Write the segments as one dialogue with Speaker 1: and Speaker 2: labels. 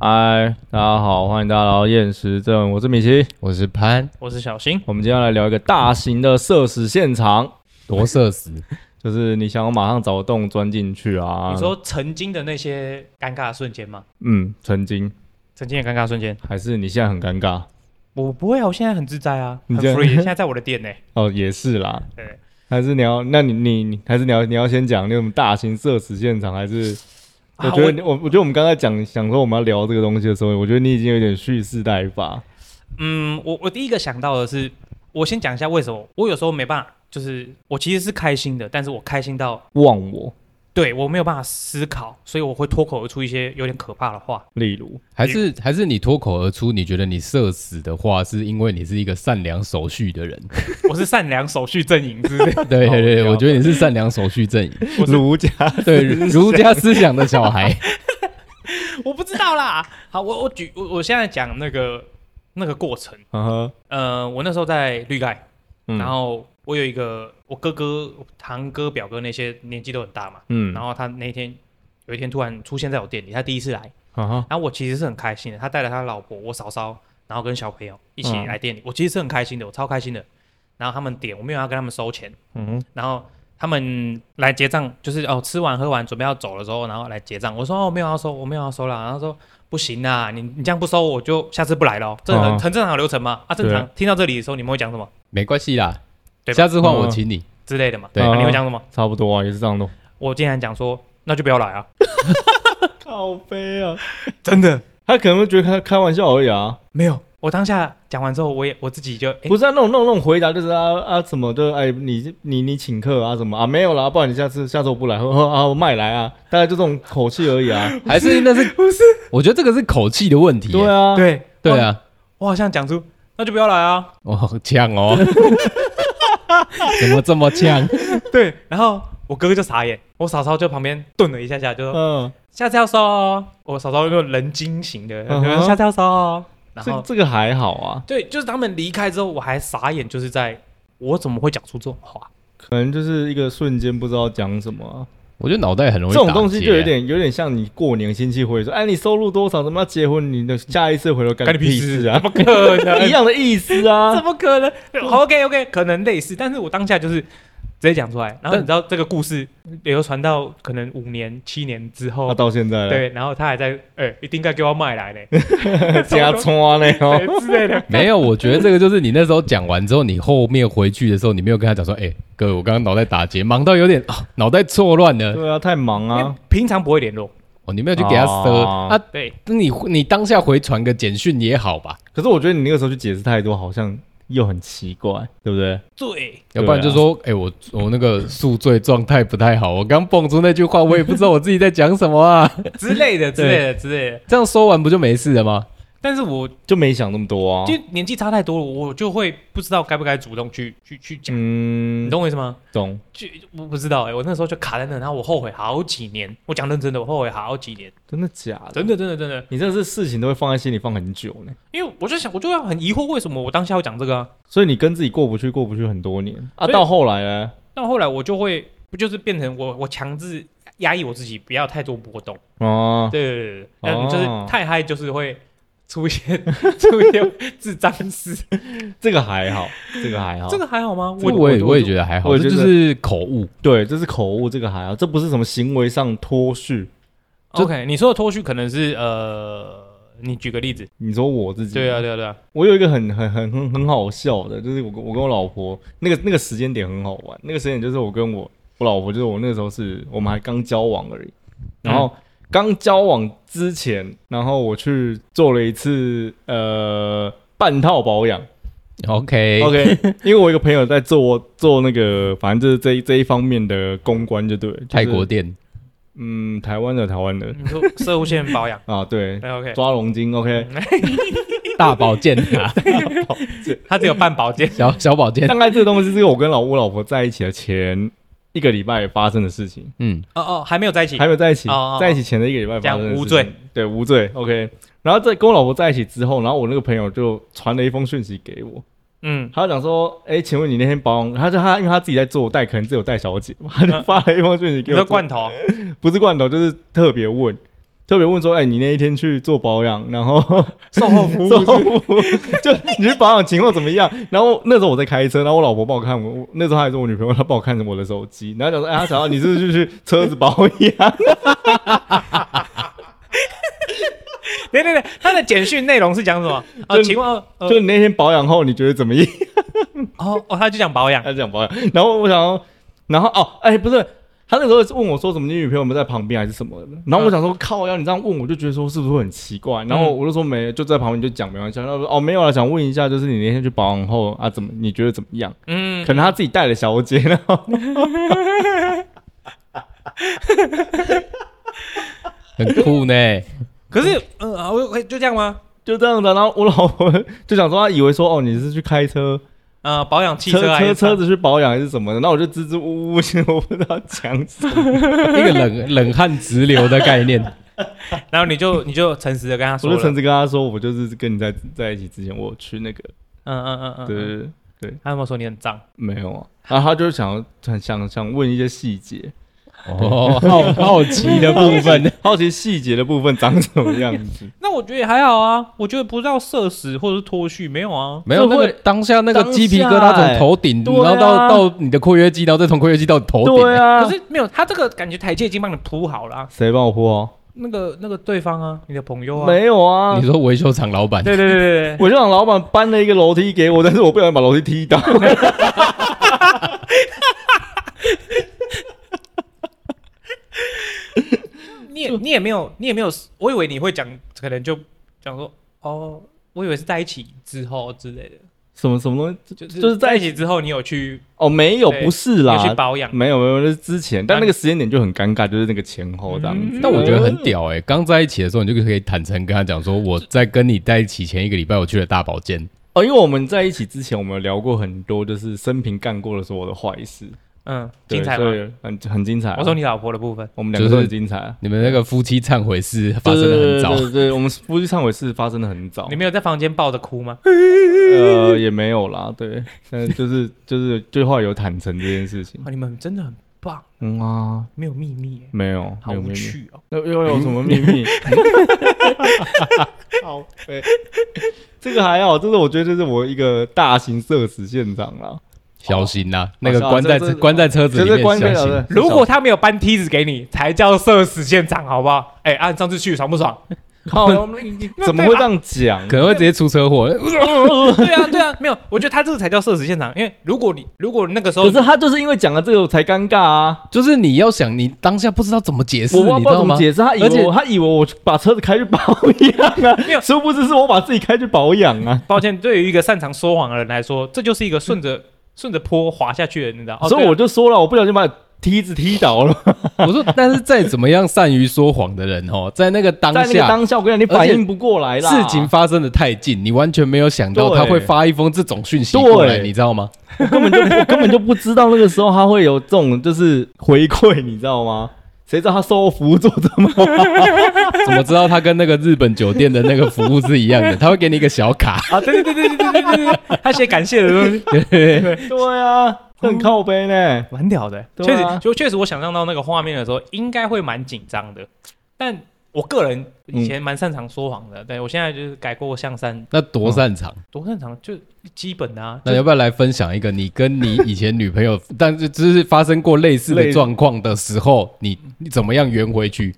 Speaker 1: 嗨，大家好，欢迎大家来到厌食症，我是米奇。
Speaker 2: 我是潘，
Speaker 3: 我是小新，
Speaker 1: 我们今天要来聊一个大型的社死现场，
Speaker 2: 多社死，
Speaker 1: 就是你想要马上找洞钻进去啊。
Speaker 3: 你说曾经的那些尴尬的瞬间吗？
Speaker 1: 嗯，曾经
Speaker 3: 曾经的尴尬瞬间，
Speaker 1: 还是你现在很尴尬
Speaker 3: 我不会啊，我现在很自在啊，
Speaker 1: 你
Speaker 3: 很
Speaker 1: 这样
Speaker 3: free，现在在我的店呢、
Speaker 1: 哦，也是啦。
Speaker 3: 对，
Speaker 1: 还是你要，那你你你还是你要你要先讲那种大型社死现场，还是？我
Speaker 3: 啊
Speaker 1: 觉得我我觉得我们刚才讲想说我们要聊这个东西的时候，我觉得你已经有点蓄势待发。
Speaker 3: 嗯，我我第一个想到的是，我先讲一下为什么我有时候没办法，就是我其实是开心的，但是我开心到
Speaker 1: 忘我，
Speaker 3: 对我没有办法思考，所以我会脱口而出一些有点可怕的话。
Speaker 1: 例如，
Speaker 2: 还是还是你脱口而出？你觉得你社死的话，是因为你是一个善良守序的人？
Speaker 3: 我是善良手续阵营，是不是？
Speaker 2: 对对对，
Speaker 3: 好
Speaker 2: 我觉得你是善良守序阵营，
Speaker 3: 我是
Speaker 1: 儒家
Speaker 2: 对儒家思想的小孩。
Speaker 3: 我不知道啦。好，我我举我我现在讲那个那个过程。
Speaker 1: 呵呵，
Speaker 3: 呃，我那时候在绿盖，
Speaker 1: 啊嗯
Speaker 3: 然后我有一个我哥哥、堂哥、表哥那些年纪都很大嘛，
Speaker 1: 嗯，
Speaker 3: 然后他那天有一天突然出现在我店里，他第一次来，
Speaker 1: 啊哈，
Speaker 3: 然后我其实是很开心的，他带了他老婆、我嫂嫂，然后跟小朋友一起
Speaker 1: 嗯
Speaker 3: 来店里，我其实是很开心的，我超开心的。然后他们点，我没有要跟他们收钱，
Speaker 1: 嗯
Speaker 3: 然后他们来结账，就是哦吃完喝完准备要走的时候，然后来结账，我说、哦、我没有要收，我没有要收啦，然后说不行啦，你你这样不收我就下次不来咯，这很、
Speaker 1: 嗯
Speaker 3: 很正常的流程嘛。啊，正常。听到这里的时候，你们会讲什么
Speaker 2: 没关系啦，
Speaker 3: 对吧
Speaker 2: 下次换我请你。
Speaker 3: 之类的嘛？
Speaker 2: 对
Speaker 3: 啊你会
Speaker 1: 嗯
Speaker 3: 讲什么？
Speaker 1: 差不多啊，也是这样弄。
Speaker 3: 我竟然讲说，那就不要来啊！
Speaker 1: 靠背啊，
Speaker 3: 真的
Speaker 1: 他可能会觉得开开玩笑而已啊，
Speaker 3: 没有。我当下讲完之后，我也我自己就，诶
Speaker 1: 不是啊，那种那种那种回答就是啊啊什么的，哎，你你你请客啊什么啊，没有啦，不然你下次下周不来， 呵呵啊我麦来啊，大概就这种口气而已 啊，
Speaker 2: 还是那是不是？我觉得这个是口气的问题。
Speaker 1: 对，啊，
Speaker 3: 对
Speaker 2: 对，啊，
Speaker 3: 我我好像讲出那就不要来啊。
Speaker 2: 我好呛哦，怎么这么呛？
Speaker 3: 对，然后我哥哥就傻眼，我嫂嫂就旁边顿了一下下，就说
Speaker 1: 嗯，
Speaker 3: 下次要收哦。我嫂嫂就人精型的，
Speaker 1: 嗯哼
Speaker 3: 就说下次要收哦。然
Speaker 1: 这
Speaker 3: 后
Speaker 1: 这个还好啊，
Speaker 3: 对，就是他们离开之后，我还傻眼，就是在我怎么会讲出这种话？
Speaker 1: 可能就是一个瞬间不知道讲什么啊、
Speaker 2: 我觉得脑袋很容易
Speaker 1: 这
Speaker 2: 打结啊
Speaker 1: 种东西就有点有点像你过年亲戚会说，哎，你收入多少？怎么要结婚？你的下一次回头干你屁事啊
Speaker 3: 怎，么可
Speaker 1: 一
Speaker 3: 能？
Speaker 1: 样的意思啊
Speaker 3: 怎。么可能？OK OK，可能类似，但是我当下就是直接讲出来，然后你知道这个故事流传到可能五年、七年之后，
Speaker 1: 那到现啊在了，
Speaker 3: 对，然后他还在，哎、一定该给我买来呢，
Speaker 1: 加穿嘞哦，
Speaker 3: 对之类的。
Speaker 2: 没有，我觉得这个就是你那时候讲完之后，你后面回去的时候，你没有跟他讲说，哎、各位，我刚刚脑袋打结，忙到有点啊脑、袋错乱了。
Speaker 1: 对啊，太忙
Speaker 3: 因为
Speaker 1: 啊，
Speaker 3: 平常不会联络，
Speaker 2: 哦，你没有去给他塞、
Speaker 1: 哦
Speaker 2: 啊？
Speaker 3: 对，
Speaker 2: 那你你当下回传个简讯也好吧，
Speaker 1: 可是我觉得你那个时候去解释太多，好像又很奇怪，对不对？
Speaker 3: 对，
Speaker 2: 要不然就说，哎、我我那个宿醉状态不太好，我刚蹦出那句话，我也不知道我自己在讲什么啊。
Speaker 3: 之类的，之类的，之类的。
Speaker 2: 这样说完不就没事了吗？
Speaker 3: 但是我
Speaker 1: 就没想那么多啊
Speaker 3: 就。年纪差太多了，我就会不知道该不该主动去去去讲，你
Speaker 1: 嗯，
Speaker 3: 懂我意思吗？
Speaker 1: 懂。
Speaker 3: 就我不知道哎、我那时候就卡在那，然后我后悔好几年。我讲认真的，我后悔好几年，
Speaker 1: 真的假的？
Speaker 3: 真的，真的，真的。
Speaker 1: 你这是事情都会放在心里放很久呢，
Speaker 3: 因为我就想，我就要很疑惑，为什么我当下要讲这个啊？
Speaker 1: 所以你跟自己过不去，过不去很多年啊。
Speaker 3: 所以
Speaker 1: 到后来呢？
Speaker 3: 但后来我就会，不就是变成我我强制压抑我自己，不要太多波动。
Speaker 1: 哦，
Speaker 3: 对对对对，
Speaker 1: 哦
Speaker 3: 嗯，就是太嗨，就是会出一些 出一些智障事。
Speaker 1: 这个还好，这个还好。
Speaker 3: 这个 还好吗？
Speaker 2: 这个我也我也觉得还好，
Speaker 1: 我
Speaker 2: 这
Speaker 1: 觉得
Speaker 2: 就是口误。
Speaker 1: 对，这是口误，这个还好，这不是什么行为上脱序。
Speaker 2: 就
Speaker 3: OK，你说的脱序可能是呃，你举个例子。
Speaker 1: 你说我自己，
Speaker 3: 对啊，对啊，对啊。
Speaker 1: 我有一个很很很很很好笑的，就是我跟我跟我老婆那个那个时间点很好玩，那个时间点就是我跟我我老婆，就是我那个时候是我们还刚交往而已，
Speaker 2: 嗯
Speaker 1: 然后刚交往之前，然后我去做了一次呃半套保养
Speaker 2: OK，,
Speaker 1: ，OK，因为我有一个朋友在做做那个，反正就是这一这一方面的公关就对了，就是
Speaker 2: 泰国店
Speaker 1: 嗯台湾的台湾的
Speaker 3: 你说射物线保养
Speaker 1: 啊
Speaker 2: 嗯
Speaker 1: 对。
Speaker 3: 对，OK，
Speaker 1: 抓龙筋，OK，
Speaker 2: 大保健啊，
Speaker 3: 它只有半保健。
Speaker 2: 小小保健，
Speaker 1: 大概这个东西是我跟老我老婆在一起的前一个礼拜发生的事情，
Speaker 2: 嗯，
Speaker 3: 哦哦，还没有在一起
Speaker 1: 还。没有在一起，
Speaker 3: 哦哦哦
Speaker 1: 在一起前的一个礼拜发生的事情
Speaker 3: 这样无罪，
Speaker 1: 对无罪，OK。然后在跟我老婆在一起之后，然后我那个朋友就传了一封讯息给我，
Speaker 3: 嗯，
Speaker 1: 他讲说，哎、请问你那天保养，他就他因为他自己在做带，可能只有带小姐嘛，他就发了一封讯息
Speaker 3: 嗯你
Speaker 1: 给我，
Speaker 3: 说罐头，
Speaker 1: 不是罐头，就是特别问，特别问说，哎、你那一天去做保养，然 后
Speaker 3: 售后服务
Speaker 1: 售后服务， 就你去保养情况怎么样？然后那时候我在开车，然后我老婆帮我看我，我那时候她还是我女朋友，她帮我看着我的手机，然后讲说，哎、她想要你是不是去车子保养？
Speaker 3: 对对对，他的简讯内容是讲什 么？哦，
Speaker 1: 就
Speaker 3: 请问呃
Speaker 1: 就你那天保养后，你觉得怎么样？
Speaker 3: 哦哦，他就讲 保养，
Speaker 1: 他讲保养，然后我想要，然后哦，哎、不是，他那时候问我说什么，你女朋友有没有在旁边还是什么的？然后我想
Speaker 3: 嗯
Speaker 1: 说，靠，要你这样问，我就觉得说是不是会很奇怪？然后我就说没，就在旁边就讲没关系。然后说哦，没有了，想问一下，就是你那天去保养后啊，怎么你觉得怎么样？
Speaker 3: 嗯，
Speaker 1: 可能他自己带了小姐，然后
Speaker 2: 很酷呢。
Speaker 3: 可是嗯啊，我我就这样吗？
Speaker 1: 就这样子。然后我老婆就想说，她以为说哦，你是去开车
Speaker 3: 呃，保养汽
Speaker 1: 车
Speaker 3: 还
Speaker 1: 车
Speaker 3: 是
Speaker 1: 车子去保养还是什么的？那我就支支吾吾，其实我不知道讲什 么。
Speaker 2: 一个冷冷汗直流的概念，
Speaker 3: 然后你就你就诚实的跟他
Speaker 1: 我
Speaker 3: 说
Speaker 1: 就
Speaker 3: 了，
Speaker 1: 诚实跟她说，我就是跟你在在一起之前，我去那个，
Speaker 3: 嗯嗯嗯嗯，
Speaker 1: 对
Speaker 3: 嗯，
Speaker 1: 对对。
Speaker 3: 他有没有说你很脏？
Speaker 1: 没有啊，然后他就是想很想想问一些细节，
Speaker 2: 哦，好好奇的部 分，
Speaker 1: 好奇细节的部分长什么样 子。
Speaker 3: 那我觉得也还好啊，我觉得不到社死或者是脱序，没有啊。
Speaker 2: 没有
Speaker 1: 这
Speaker 2: 那
Speaker 1: 会
Speaker 2: 个当下那个
Speaker 1: 当下
Speaker 2: 鸡皮疙瘩从头顶，
Speaker 1: 欸对啊
Speaker 2: 然后到到你的括约肌，然后再从括约肌到头顶，
Speaker 1: 对啊，
Speaker 3: 可是没有，他这个感觉台阶已经帮你铺好了啊、
Speaker 1: 谁帮我铺哦？
Speaker 3: 那个那个对方啊，你的朋友啊，
Speaker 1: 没有啊
Speaker 2: 你，说维修厂老板，
Speaker 3: 对对对对对，
Speaker 1: 我就让老板搬了一个楼梯给我，但是我不小心把楼梯踢倒。
Speaker 3: 你也你也没有你也没有，我以为你会讲，可能就讲说哦，我以为是在一起之后之类的，
Speaker 1: 什么什么东西？
Speaker 3: 就是
Speaker 1: 就是在
Speaker 3: 在
Speaker 1: 一
Speaker 3: 一
Speaker 1: 起
Speaker 3: 起之后你有去
Speaker 1: 哦，没有，
Speaker 3: 对
Speaker 1: 不是
Speaker 3: 有去
Speaker 1: 啦，
Speaker 3: 保养，
Speaker 1: 没有没有，那是之前，但那个时间点就很尴尬，就是那个前后这样
Speaker 3: 嗯
Speaker 1: 子。
Speaker 2: 但我觉得很屌哎、刚在一起的时候，你就可以坦诚跟他讲说，我在跟你在一起前一个礼拜，我去了大保健，
Speaker 1: 哦，因为我们在一起之前，我们有聊过很多，就是生平干过的所有的坏事，
Speaker 3: 嗯，
Speaker 1: 对
Speaker 3: 精彩
Speaker 1: 所
Speaker 3: 吗？
Speaker 1: 以很很精彩啊。
Speaker 3: 我说你老婆的部分，
Speaker 1: 我们两个
Speaker 2: 就
Speaker 1: 都
Speaker 2: 是
Speaker 1: 很精彩啊。
Speaker 2: 你们那个夫妻忏悔是发生的很早
Speaker 1: 对，对对对，我们夫妻忏悔是发生的很早
Speaker 3: 你，没有在房间抱着哭 吗？
Speaker 1: 呃，也没有啦，对，但就是就是最后来有坦诚这件事情，
Speaker 3: 啊，你们真的很棒，
Speaker 1: 嗯啊，
Speaker 3: 没有秘密耶，
Speaker 1: 没有，没
Speaker 3: 好
Speaker 1: 有秘
Speaker 3: 无
Speaker 1: 密，
Speaker 3: 趣哦。
Speaker 1: 又又有什么秘密？好，对，这个还好，这是我觉得这是我一个大型社死现场啦，
Speaker 2: 小心呐、那个
Speaker 1: 小
Speaker 2: 关在
Speaker 1: 哦这这
Speaker 2: 关在车子
Speaker 1: 就
Speaker 2: 里
Speaker 1: 是
Speaker 2: 面，
Speaker 1: 关键啊
Speaker 2: 小 心。
Speaker 3: 如果他没有搬梯子给你，才叫社死现场，好不好？哎、按、上次去爽不 爽？哦
Speaker 1: 靠，
Speaker 3: 啊
Speaker 1: 怎么会这样讲
Speaker 2: 可？能会直接出车祸，
Speaker 3: 对啊，对啊，没有，我觉得他这个才叫社死现场，因为如果你如果那个时候
Speaker 1: 可是他就是因为讲了这个我才尴尬啊！
Speaker 2: 就是你要想，你当下不知道怎么解释，
Speaker 1: 我
Speaker 2: 你
Speaker 1: 忘
Speaker 2: 知
Speaker 1: 不知道
Speaker 2: 道
Speaker 1: 怎么
Speaker 2: 吗？
Speaker 1: 解释，他以
Speaker 2: 而且
Speaker 1: 为我他以为我把车子开去保养
Speaker 3: 没有
Speaker 1: 啊，殊不知是我把自己开去保养啊。
Speaker 3: 抱歉，对于一个擅长说谎的人来说，这就是一个顺着 顺着坡滑下去的，你知道？哦、
Speaker 1: 所以我就说了，我不小心把梯子踢倒了。
Speaker 2: 我说，但是再怎么样善于说谎的人哦，在那个当
Speaker 1: 在那个
Speaker 2: 下。
Speaker 1: 当下，我跟你讲，你反应不过来 啦。
Speaker 2: 事情发生的太近，你完全没有想到他
Speaker 1: 对
Speaker 2: 会发一封这种讯息过来，
Speaker 1: 对
Speaker 2: 你知道吗？
Speaker 1: 我根本就我根本就不 知道那个时候他会有这种就是回馈，你知道吗？谁知道他售后服务做这么好？
Speaker 2: 怎么知道他跟那个日本酒店的那个服务是一 样的？他会给你一个小卡，
Speaker 3: 啊，对对对对对对对对对， 他写感谢的东西，
Speaker 1: 对啊，这很靠背呢。
Speaker 3: 蛮屌的、
Speaker 1: 对
Speaker 3: 确
Speaker 1: 啊
Speaker 3: 实，就确实，我想象到那个画面的时候，应该会蛮紧张的。但我个人以前蛮擅长说谎的，对我现在就是改过向善，
Speaker 2: 那多擅长！
Speaker 1: 嗯
Speaker 3: 多擅长就基本的啊。
Speaker 2: 那要不要来分享一个你跟你以前女朋友， 但是就是发生过类似的
Speaker 1: 类
Speaker 2: 状况的时候，你你怎么样圆回去？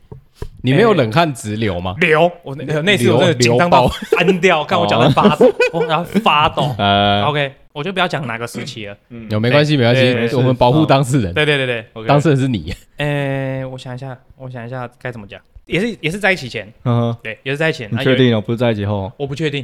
Speaker 2: 你没有
Speaker 3: 哎
Speaker 2: 冷汗直流吗？
Speaker 1: 哎
Speaker 3: 流，我那那次我真的
Speaker 2: 流
Speaker 3: 紧张到
Speaker 2: 流
Speaker 3: 翻掉，看我脚在发抖，我然后发抖。
Speaker 1: 呃，
Speaker 3: OK，我就不要讲哪个时期了。
Speaker 2: 有没关系，没关
Speaker 3: 对对
Speaker 2: 系，
Speaker 1: 对
Speaker 2: 我们保护当事人，
Speaker 3: 对对对对，
Speaker 1: OK
Speaker 2: 当事人是你。
Speaker 3: 诶，我想一下，我想一下该怎么讲，也是也是在一起前，
Speaker 1: 嗯哼，
Speaker 3: 对，也是在一起前。
Speaker 1: 你
Speaker 3: 那有
Speaker 1: 确定哦？不是在一起后？
Speaker 3: 我不确定，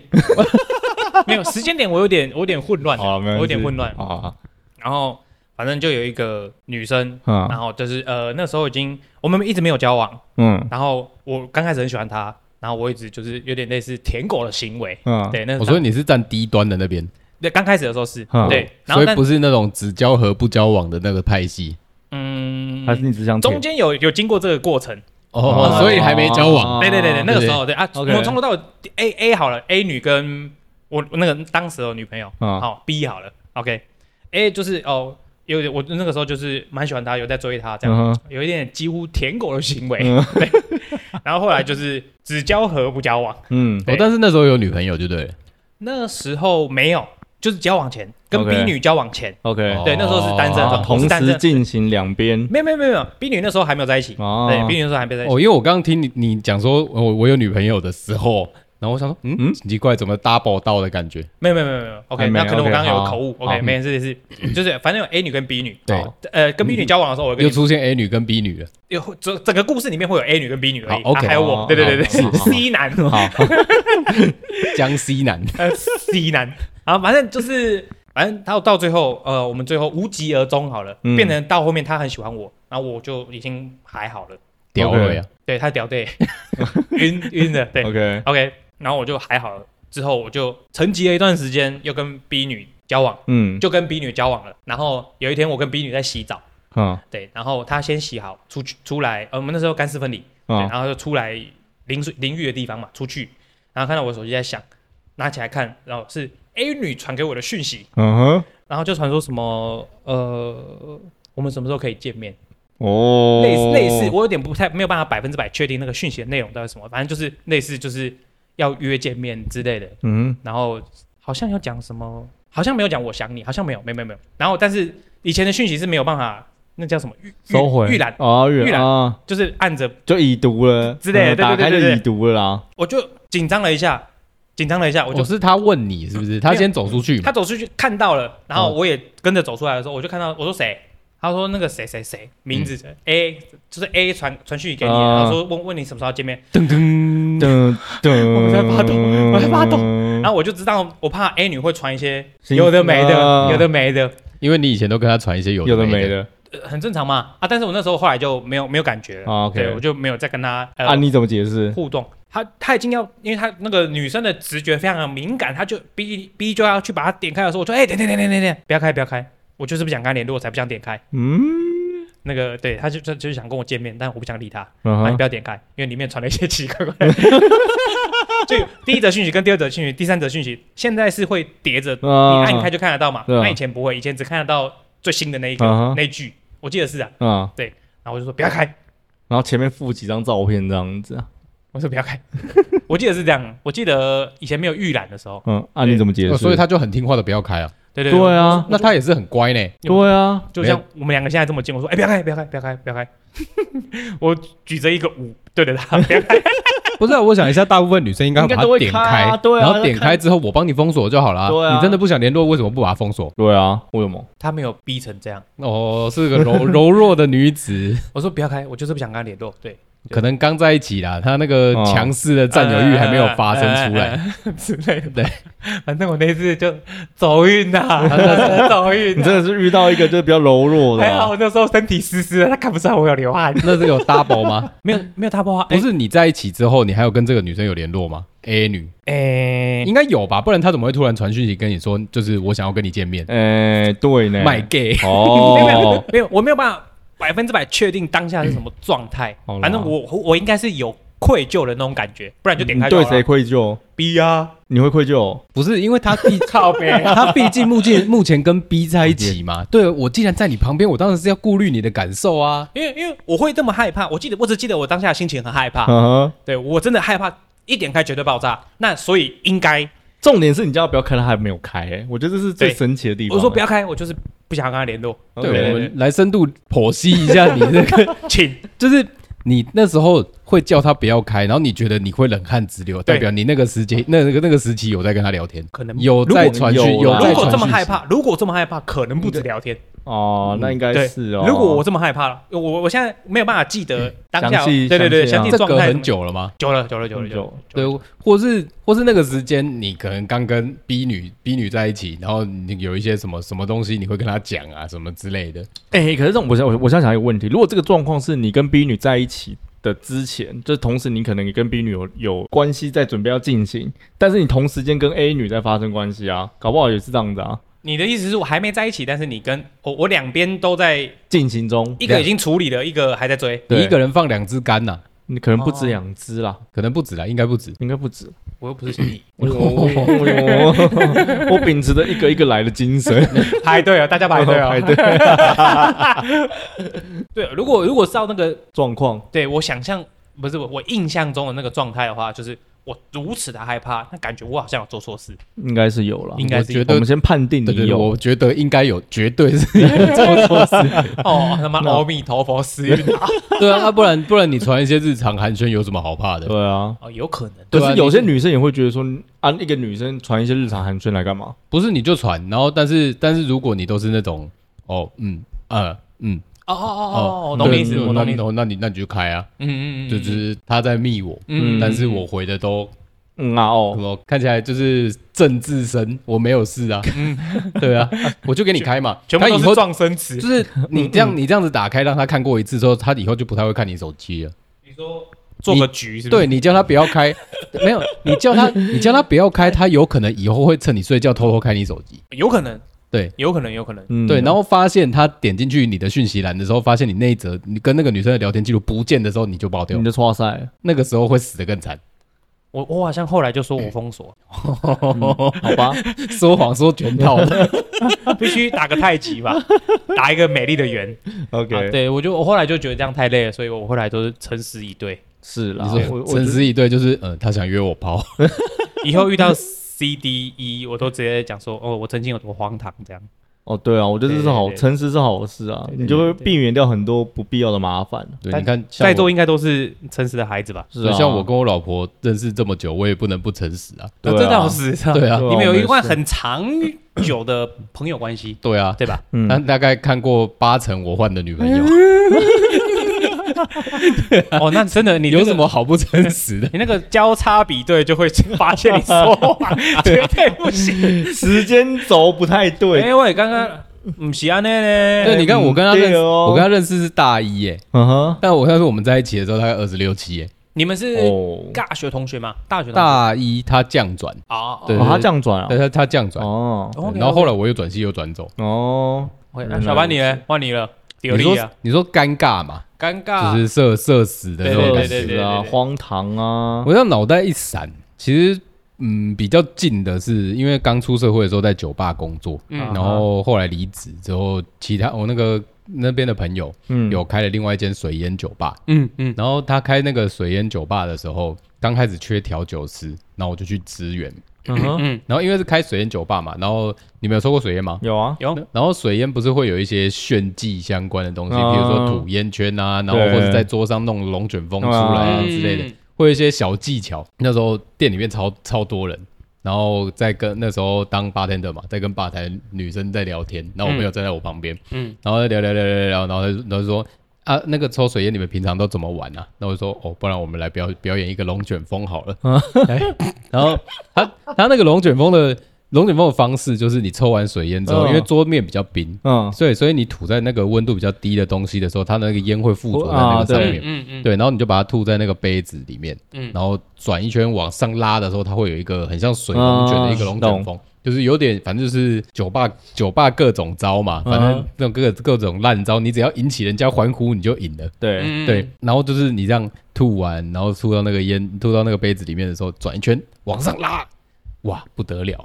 Speaker 3: 没有时间点，我有点我有点混乱，
Speaker 1: 好，
Speaker 3: 我
Speaker 1: 没有，
Speaker 3: 有点混乱。
Speaker 1: 啊。
Speaker 3: 然后反正就有一个女生，
Speaker 1: 嗯
Speaker 3: 然后就是呃那时候已经我们一直没有交往，
Speaker 1: 嗯
Speaker 3: 然后我刚开始很喜欢她，然后我一直就是有点类似舔狗的行为，
Speaker 1: 嗯，
Speaker 3: 对，那是
Speaker 2: 我说你是站低端的那边，
Speaker 3: 对刚开始的时候是
Speaker 1: 嗯
Speaker 3: 对，然
Speaker 2: 所
Speaker 3: 后
Speaker 2: 以
Speaker 3: 但
Speaker 2: 不是那种只交合不交往的那个派系
Speaker 1: 还是
Speaker 3: 嗯
Speaker 1: 你只想
Speaker 3: 中间有有经过这个过程，
Speaker 2: 哦，所以还没交往。
Speaker 3: 对对对对，那个时
Speaker 2: 对
Speaker 3: 候对啊，我
Speaker 1: OK
Speaker 3: 们从头到尾 A A 好了，A 女跟我我那个当时的女朋友，
Speaker 1: 啊
Speaker 3: 好 B 好了，OK，A 就是哦，有点我那个时候就是蛮喜欢她，有在追她这样，
Speaker 1: 嗯哼
Speaker 3: 有一点几乎舔狗的行为，
Speaker 1: 嗯
Speaker 3: 对。 然后后来就是只交合不交往，
Speaker 1: 嗯
Speaker 2: 哦
Speaker 3: 对，
Speaker 2: 但是那时候有女朋友就对了，
Speaker 3: 那时候没有，就是交往前跟
Speaker 1: OK
Speaker 3: B 女交往前
Speaker 1: ，OK，
Speaker 2: 哦
Speaker 3: 对，那时候是单身
Speaker 1: 啊
Speaker 3: 状，我
Speaker 1: 同
Speaker 3: 是单
Speaker 1: 时
Speaker 3: 身，
Speaker 1: 进行两边
Speaker 3: 没有没有没有没有，B 女那时候还没有在一起，
Speaker 1: 哦
Speaker 3: 对，B 女那时候还没在一起，
Speaker 2: 哦，因为我刚刚听你你讲说呃我我有女朋友的时候，然后我想说，嗯
Speaker 1: 嗯
Speaker 2: 嗯，奇怪，怎么 double 到的感觉？
Speaker 3: 没有没有没有没有，OK，
Speaker 1: 还哎没
Speaker 3: 那可能我
Speaker 1: OK，
Speaker 3: 刚刚有
Speaker 1: 好
Speaker 3: 口误
Speaker 1: 好
Speaker 3: ，OK，
Speaker 1: 嗯
Speaker 3: 没事是，就是反正有 A 女跟 B 女，
Speaker 2: 对
Speaker 3: 好，呃，跟
Speaker 1: 嗯
Speaker 3: B 女交往的时候，我
Speaker 2: 又
Speaker 3: 跟
Speaker 2: 出现 A 女跟 B 女了，
Speaker 3: 有整整个故事里面会有 A 女跟 B 女而已，
Speaker 2: 好
Speaker 3: 啊
Speaker 2: ，OK，
Speaker 3: 还有我
Speaker 1: 好，
Speaker 3: 对对对
Speaker 1: 好好
Speaker 3: 对
Speaker 1: 好
Speaker 3: ，C 男，
Speaker 1: 好，
Speaker 2: 江西男，
Speaker 3: 呃，C 男，啊，反正就是，反正到到最后，呃，我们最后无疾而终好了，
Speaker 1: 嗯
Speaker 3: 变成到后面他很喜欢我，然后我就已经还好了，
Speaker 2: 屌了呀！
Speaker 3: 对他 屌对，晕晕的，对
Speaker 1: OK，
Speaker 3: ，OK，然后我就还好了，之后我就沉寂了一段时间，又跟 B 女交往，
Speaker 1: 嗯，
Speaker 3: 就跟 B 女交往了，然后有一天我跟 B 女在洗澡。
Speaker 1: 好，
Speaker 3: 对，然后他先洗好，出去出来，呃，我们那时候干湿分离，对，
Speaker 1: 啊，
Speaker 3: 然后就出来淋水淋浴的地方嘛，出去，然后看到我手机在响，拿起来看，然后是 A 女传给我的讯息，
Speaker 1: 嗯哼，
Speaker 3: 然后就传说什么，呃，我们什么时候可以见面？
Speaker 1: 哦，
Speaker 3: 类似类似，我有点不太没有办法百分之百确定那个讯息的内容到底是什么，反正就是类似就是要约见面之类的，
Speaker 1: 嗯，
Speaker 3: 然后好像有讲什么，好像没有讲我想你，好像没有，没有没有没有，然后但是以前的讯息是没有办法。那叫什么预预
Speaker 1: 收回
Speaker 3: 预览
Speaker 1: 啊，
Speaker 3: 预
Speaker 1: 预
Speaker 3: 览
Speaker 1: 览啊，
Speaker 3: 就是按着，
Speaker 1: 就已读了
Speaker 3: 之类的
Speaker 1: 嗯打
Speaker 3: 对对
Speaker 1: 开就
Speaker 3: 对对对
Speaker 1: 已读了啦。
Speaker 3: 我就紧张了一下，紧张了一下，我
Speaker 2: 我
Speaker 1: 哦
Speaker 3: 就、
Speaker 2: 哦是他问你是不是？他先走出去嘛
Speaker 3: 他，走出去看到了，然后
Speaker 2: 哦
Speaker 3: 我也跟着走出来的时候，我就看到我说哦谁，他说那个谁谁谁名字、A，就是 A 传传讯息给
Speaker 1: 嗯
Speaker 3: 你，
Speaker 1: 啊
Speaker 3: 然后说问问你什么时候要见面，
Speaker 2: 噔噔，
Speaker 1: 噔噔，嗯
Speaker 3: 我在发抖我在发抖
Speaker 1: 然
Speaker 3: 然后我就知道我怕 A 女会传一些
Speaker 1: 行
Speaker 3: 有的没的
Speaker 1: 啊，
Speaker 3: 有的没的，
Speaker 2: 因为你以前都跟他传一些有
Speaker 1: 有的
Speaker 2: 没哦
Speaker 1: 没的
Speaker 3: 呃很正常嘛啊，但是我那时候后来就没有没有感觉了，
Speaker 1: 啊，OK
Speaker 3: 对我就没有再跟他呃、
Speaker 1: 啊，你怎么解释？
Speaker 3: 互动。他他已经要，因为他那个女生的直觉非常的敏感，他就逼逼就要去把它点开的时候，我说：“哎、等等等等等等，不要开，不要开，我就是不想跟他联络，我才不想点开。
Speaker 1: 嗯，”
Speaker 3: 那个对，他就就就是想跟我见面，但我不想理他，
Speaker 1: 嗯
Speaker 3: 啊，你
Speaker 1: 哼
Speaker 3: 不要点开，因为里面传了一些奇奇怪怪的。 就第一则讯息跟第二则讯息、第三则讯息，现在是会叠着，你
Speaker 1: 啊
Speaker 3: 按开就看得到嘛。
Speaker 1: 对啊
Speaker 3: 那以前不会，以前只看得到最新的那一个
Speaker 1: 啊哈
Speaker 3: 那一句，我记得是啊。
Speaker 1: 啊，
Speaker 3: 然后我就说不要开，
Speaker 1: 然后前面附几张照片这样子啊，
Speaker 3: 我说不要开， 我记得是这样。我记得以前没有预览的时候，
Speaker 1: 嗯，啊，你怎么解
Speaker 2: 哦
Speaker 1: 释？
Speaker 2: 所以他就很听话的，不要开啊。
Speaker 3: 对对
Speaker 1: 对，啊，
Speaker 2: 那他也是很乖呢，
Speaker 1: 对啊，
Speaker 3: 就像我们两个现在这么近，我说：“哎、不要开，不要开，不要开，不要开。”我举着一个五对着他，不要开。
Speaker 2: 不是啊、我想一下，大部分女生应该要把
Speaker 1: 应该都
Speaker 2: 它
Speaker 1: 会
Speaker 2: 点
Speaker 1: 开啊
Speaker 2: 开，
Speaker 1: 对啊
Speaker 2: 然后点开之后我帮你封锁就好了。
Speaker 1: 对啊
Speaker 2: 你真的不想联络，为什么不把它封锁？
Speaker 1: 对啊，为什么？
Speaker 3: 他没有逼成这样。
Speaker 2: 哦，是个柔 柔弱的女 子，
Speaker 3: 我说：“不要开，我就是不想跟他联络。”对，
Speaker 2: 可能刚在一起啦，她那个
Speaker 1: 哦哎
Speaker 2: 强势的占有欲还没有发生出来。
Speaker 3: 来之类的。反正我那次就走运呐，走运
Speaker 1: 你
Speaker 3: 啊。
Speaker 1: 真的是遇到一个就是比较柔弱的
Speaker 3: 还
Speaker 1: 啊，
Speaker 3: 好我那时候身体湿湿的，他看不出来我有流汗。
Speaker 2: 那是有 double 吗？
Speaker 3: 没有没有他不好，
Speaker 2: 不是你在一起之后，你还有跟这个女生有联络吗？A 女
Speaker 3: 哎，
Speaker 2: 应该有吧，不然她怎么会突然传讯息跟你说，就是我想要跟你见面
Speaker 1: 哎，对呢，
Speaker 2: 卖 gay？
Speaker 3: 没有没有
Speaker 1: 哦，
Speaker 3: 没有，我没有办法百分之百确定当下是什么状态
Speaker 1: 好啦。
Speaker 3: 反正我我我应该是有愧疚的那种感觉，不然就点
Speaker 1: 你
Speaker 3: 开
Speaker 1: 嗯对谁愧疚？
Speaker 3: 逼啊？
Speaker 1: 你会愧疚？
Speaker 2: 不是因为她 毕
Speaker 3: 靠边
Speaker 1: 啊
Speaker 2: 他毕竟目前目前跟 B 在一起嘛，对我既然在你旁边，我当然是要顾虑你的感受啊。
Speaker 3: 因为因为我会这么害怕，我记得我只记得我当下的心情很害怕，
Speaker 1: 嗯哼，
Speaker 3: 对我真的害怕，一点开绝对爆炸。那所以应该
Speaker 1: 重点是你叫他不要开，他还没有开，哎，我觉得这是最
Speaker 3: 对
Speaker 1: 神奇的地方。欸
Speaker 3: 我说不要开，我就是不想要跟他联络，
Speaker 1: OK，
Speaker 2: 对，
Speaker 3: 对
Speaker 2: 我们来深度剖析一下你这个，
Speaker 3: 请
Speaker 2: 就是你那时候会叫他不要开，然后你觉得你会冷汗直流，
Speaker 3: 对
Speaker 2: 代表你那个时间那那个那个时期有在跟他聊天，
Speaker 3: 可能
Speaker 2: 有在传
Speaker 1: 如果
Speaker 2: 讯，
Speaker 1: 有
Speaker 2: 有
Speaker 1: 啦
Speaker 2: 在传
Speaker 3: 如果
Speaker 2: 讯
Speaker 3: 这么
Speaker 2: 息
Speaker 3: 害，怕，如果这么害怕，可能不止聊天。
Speaker 1: 哦，那应该
Speaker 3: 对
Speaker 1: 是哦。
Speaker 3: 如果我这么害怕了，我我我现在没有办法记得当下，
Speaker 1: 详细
Speaker 3: 对对对，
Speaker 1: 详
Speaker 3: 详
Speaker 1: 细
Speaker 3: 细
Speaker 2: 啊这
Speaker 3: 状
Speaker 2: 隔
Speaker 3: 态
Speaker 2: 很，久了吗？
Speaker 3: 久了久了久了
Speaker 1: 很
Speaker 3: 久了
Speaker 1: 久，
Speaker 2: 对
Speaker 3: 久了。，
Speaker 2: 或是或是那个时间，你可能刚跟 B 女 B 女在一起，然后你有一些什么什么东西，你会跟她讲啊，什么之类的。
Speaker 1: 哎、可是这种，我想我我现在想一个问题：如果这个状况是你跟 B 女在一起的之前，就是同时你可能也跟 B 女有有关系在准备要进行，但是你同时间跟 A 女在发生关系啊，搞不好也是这样子啊，
Speaker 3: 你的意思是我还没在一起，但是你跟我我两边都在，
Speaker 1: 进行中，
Speaker 3: 一个已经处理了，一个还在追。
Speaker 2: 你
Speaker 1: 对
Speaker 2: 一个人放两支杆呐、
Speaker 1: 你可能不止
Speaker 3: 哦
Speaker 1: 两只啦，
Speaker 2: 可能不止啦，应该不止。
Speaker 1: 应该不止。哦
Speaker 3: 我又不是兄弟，
Speaker 1: 我我我我秉持着一个一个来的精 神，
Speaker 3: 排队啊，大家 排队啊
Speaker 1: 排。队
Speaker 3: 对，如果如果是照那个
Speaker 1: 状况，
Speaker 3: 对我想象不是我我印象中的那个状态的话，就是我如此的害怕，那感觉我好像有做错 事。
Speaker 1: 应该是有了。
Speaker 3: 应该
Speaker 2: 我
Speaker 3: 是
Speaker 2: 觉
Speaker 1: 我
Speaker 2: 得
Speaker 1: 们先判定
Speaker 2: 对对
Speaker 1: 你
Speaker 2: 对，
Speaker 1: 有，
Speaker 2: 我觉得应该有，绝对是有做错事。
Speaker 3: 哦，他妈阿弥陀佛，死运啊！
Speaker 2: 对啊，啊不然不然你传一些日常寒暄有什么好怕的？
Speaker 1: 对啊。
Speaker 3: 哦，有可能。
Speaker 2: 对啊
Speaker 1: 可是有些女生也会觉得说，啊，一个女生传一些日常寒暄来干嘛？
Speaker 2: 不是你就传，然后但是但是如果你都是那种哦嗯呃嗯
Speaker 3: 哦哦哦哦，我
Speaker 2: 对
Speaker 3: 懂你意思，
Speaker 2: 嗯
Speaker 3: 我
Speaker 2: 那
Speaker 3: 懂你
Speaker 2: 你
Speaker 3: 意思。
Speaker 2: 那你那你就开啊，
Speaker 3: 嗯嗯嗯，
Speaker 2: 就就是他在密我，
Speaker 1: 嗯
Speaker 2: 但是我回的都
Speaker 1: 嗯啊
Speaker 2: 什
Speaker 1: 哦，
Speaker 2: 么看起来就是政治生，我没有事啊， 对啊，我就给你开嘛，
Speaker 3: 嗯 全部
Speaker 2: 他
Speaker 3: 都
Speaker 2: 以
Speaker 3: 是
Speaker 2: 后
Speaker 3: 撞生词
Speaker 2: 就。是你这样你这样子打开让他看过一次之后，他以后就不太会看你手机了。
Speaker 3: 你说做个局是不是？
Speaker 2: 对你叫他不要开，没有你叫他你叫他不要开，他有可能以后会趁你睡觉偷偷开你手机。
Speaker 3: 有可能，
Speaker 2: 对，
Speaker 3: 有可能，有可能。
Speaker 1: 嗯，
Speaker 2: 对，然
Speaker 1: 后
Speaker 2: 后发现他点进去你的讯息栏的时候，发现你那一则你跟那个女生的聊天记录不见的时候，你就爆掉
Speaker 1: 你，的错赛，
Speaker 2: 那个时候会死得更惨。
Speaker 3: 我我好像后来就说我 封锁，
Speaker 1: 好吧？
Speaker 2: 说谎说全套 的，
Speaker 3: 必须打个太极吧，打一个美丽 的圆。啊
Speaker 1: OK，
Speaker 3: 对我就我后来就觉得这样太累了，所以我后来都是诚实以对。
Speaker 1: 是啦
Speaker 2: 你，
Speaker 1: 啊我
Speaker 2: 说
Speaker 1: 我
Speaker 2: 诚
Speaker 1: 觉得
Speaker 2: 实以对，就是嗯，他想约 我跑，
Speaker 3: 以后遇到 C D E，我都直接讲说，哦，我曾经有多荒唐这样。
Speaker 1: 哦，对啊，我觉得这是好，
Speaker 3: 对对对
Speaker 1: 诚实是好事啊，你就会避免掉很多不必要的麻烦。
Speaker 2: 对，
Speaker 3: 但
Speaker 2: 你看像
Speaker 3: 在座
Speaker 2: 我，
Speaker 3: 应该都是诚实的孩子吧？
Speaker 1: 是啊，
Speaker 2: 像我跟我老婆认识这么久，我也不能不诚实啊。
Speaker 1: 对啊
Speaker 3: 啊这倒是，这倒是
Speaker 2: 对啊
Speaker 1: 对啊
Speaker 3: 你们有一
Speaker 1: 我们
Speaker 3: 段
Speaker 1: 是
Speaker 3: 很长久的朋友 关系，
Speaker 2: 对啊，
Speaker 3: 对吧？
Speaker 1: 嗯
Speaker 2: 但大概看过八成我换的女朋友，
Speaker 3: 哦，那真的 你
Speaker 2: 有
Speaker 3: 那个
Speaker 2: 什么好不诚实的？
Speaker 3: 你那个交叉比对就会发现你说 谎绝
Speaker 2: 啊
Speaker 3: 对不行。
Speaker 1: 时间轴不太对，
Speaker 3: 哎，我也刚刚不是安内呢。
Speaker 2: 对，你看我跟他认 识，
Speaker 1: 对哦
Speaker 2: 我跟他认识是大一耶，
Speaker 1: 嗯哼，
Speaker 2: 但我那时候我们在一起的时候大概二十六七耶，
Speaker 3: 你们是
Speaker 1: 哦，
Speaker 3: 大学同学吗？大学同学
Speaker 2: 大一他降转，
Speaker 3: 啊，
Speaker 2: 对
Speaker 1: 哦他这样转
Speaker 2: 但
Speaker 1: 啊，
Speaker 2: 他他降转，
Speaker 1: 哦
Speaker 3: 哦
Speaker 2: 对然后后来我又转系又转走。
Speaker 1: 哦，
Speaker 3: OK，
Speaker 1: 原
Speaker 3: 那
Speaker 1: 来
Speaker 3: 小班你呢？换你了，有
Speaker 2: 你
Speaker 3: 力
Speaker 2: 说
Speaker 3: 啊，
Speaker 2: 你说尴尬嘛，
Speaker 3: 尴尬，啊
Speaker 2: 就是社社死的那种
Speaker 1: 热
Speaker 2: 感
Speaker 3: 对对
Speaker 2: 觉。
Speaker 3: 对
Speaker 1: 死啊，
Speaker 3: 对
Speaker 1: 荒唐啊，
Speaker 2: 我这样脑袋一闪，其实嗯比较近的是，因为刚出社会的时候在酒吧工作，
Speaker 3: 嗯
Speaker 2: 然后后来离职之后，其他我、那个那边的朋友
Speaker 1: 嗯，
Speaker 2: 有开了另外一间水烟酒吧，
Speaker 3: 嗯嗯，
Speaker 2: 然后他开那个水烟酒吧的时候，刚开始缺调酒师，然后我就去支援。
Speaker 1: 嗯哼，
Speaker 3: 嗯，
Speaker 2: 然后因为是开水烟酒吧嘛，然后你们有抽过水烟吗？
Speaker 1: 有啊，
Speaker 3: 有
Speaker 2: 然后水烟不是会有一些炫技相关的东西，
Speaker 1: 啊
Speaker 2: 比如说吐烟圈啊，然后
Speaker 1: 对
Speaker 2: 或者在桌上弄龙卷风出来啊
Speaker 1: 嗯
Speaker 2: 之类的，，会有一些小技巧。那时候店里面超超多人，然后在跟那时候当 bartender 嘛，在跟吧台女生在聊天，然后我朋友站在我旁边，
Speaker 3: 嗯，
Speaker 2: 然后聊聊聊聊聊，然后他就然后就说。啊，那个抽水烟你们平常都怎么玩啊？那我就说哦，不然我们来表表演一个龙卷风好了。
Speaker 1: 嗯
Speaker 2: 来然后他他那个龙卷风的龙卷风的方式就是你抽完水烟之后，
Speaker 1: 嗯
Speaker 2: 因为桌面比较冰，
Speaker 1: 嗯，
Speaker 2: 所以，所以你吐在那个温度比较低的东西的时候，它那个烟会附着在那个上
Speaker 1: 啊对
Speaker 2: 面，
Speaker 3: 嗯嗯
Speaker 2: 对，然后你就把它吐在那个杯子里面，
Speaker 3: 嗯
Speaker 2: 然后转一圈往上拉的时候，它会有一个很像水龙卷的一个龙卷风，就是有点，反正就是酒吧酒吧各种招嘛，反正
Speaker 1: 嗯
Speaker 2: 那种各各种烂招，你只要引起人家欢呼，你就赢了。
Speaker 1: 对，
Speaker 3: 嗯
Speaker 2: 对，，然后就是你这样吐完，然后吐到那个烟，吐到那个杯子里面的时候，转一圈往上拉，哇，不得了！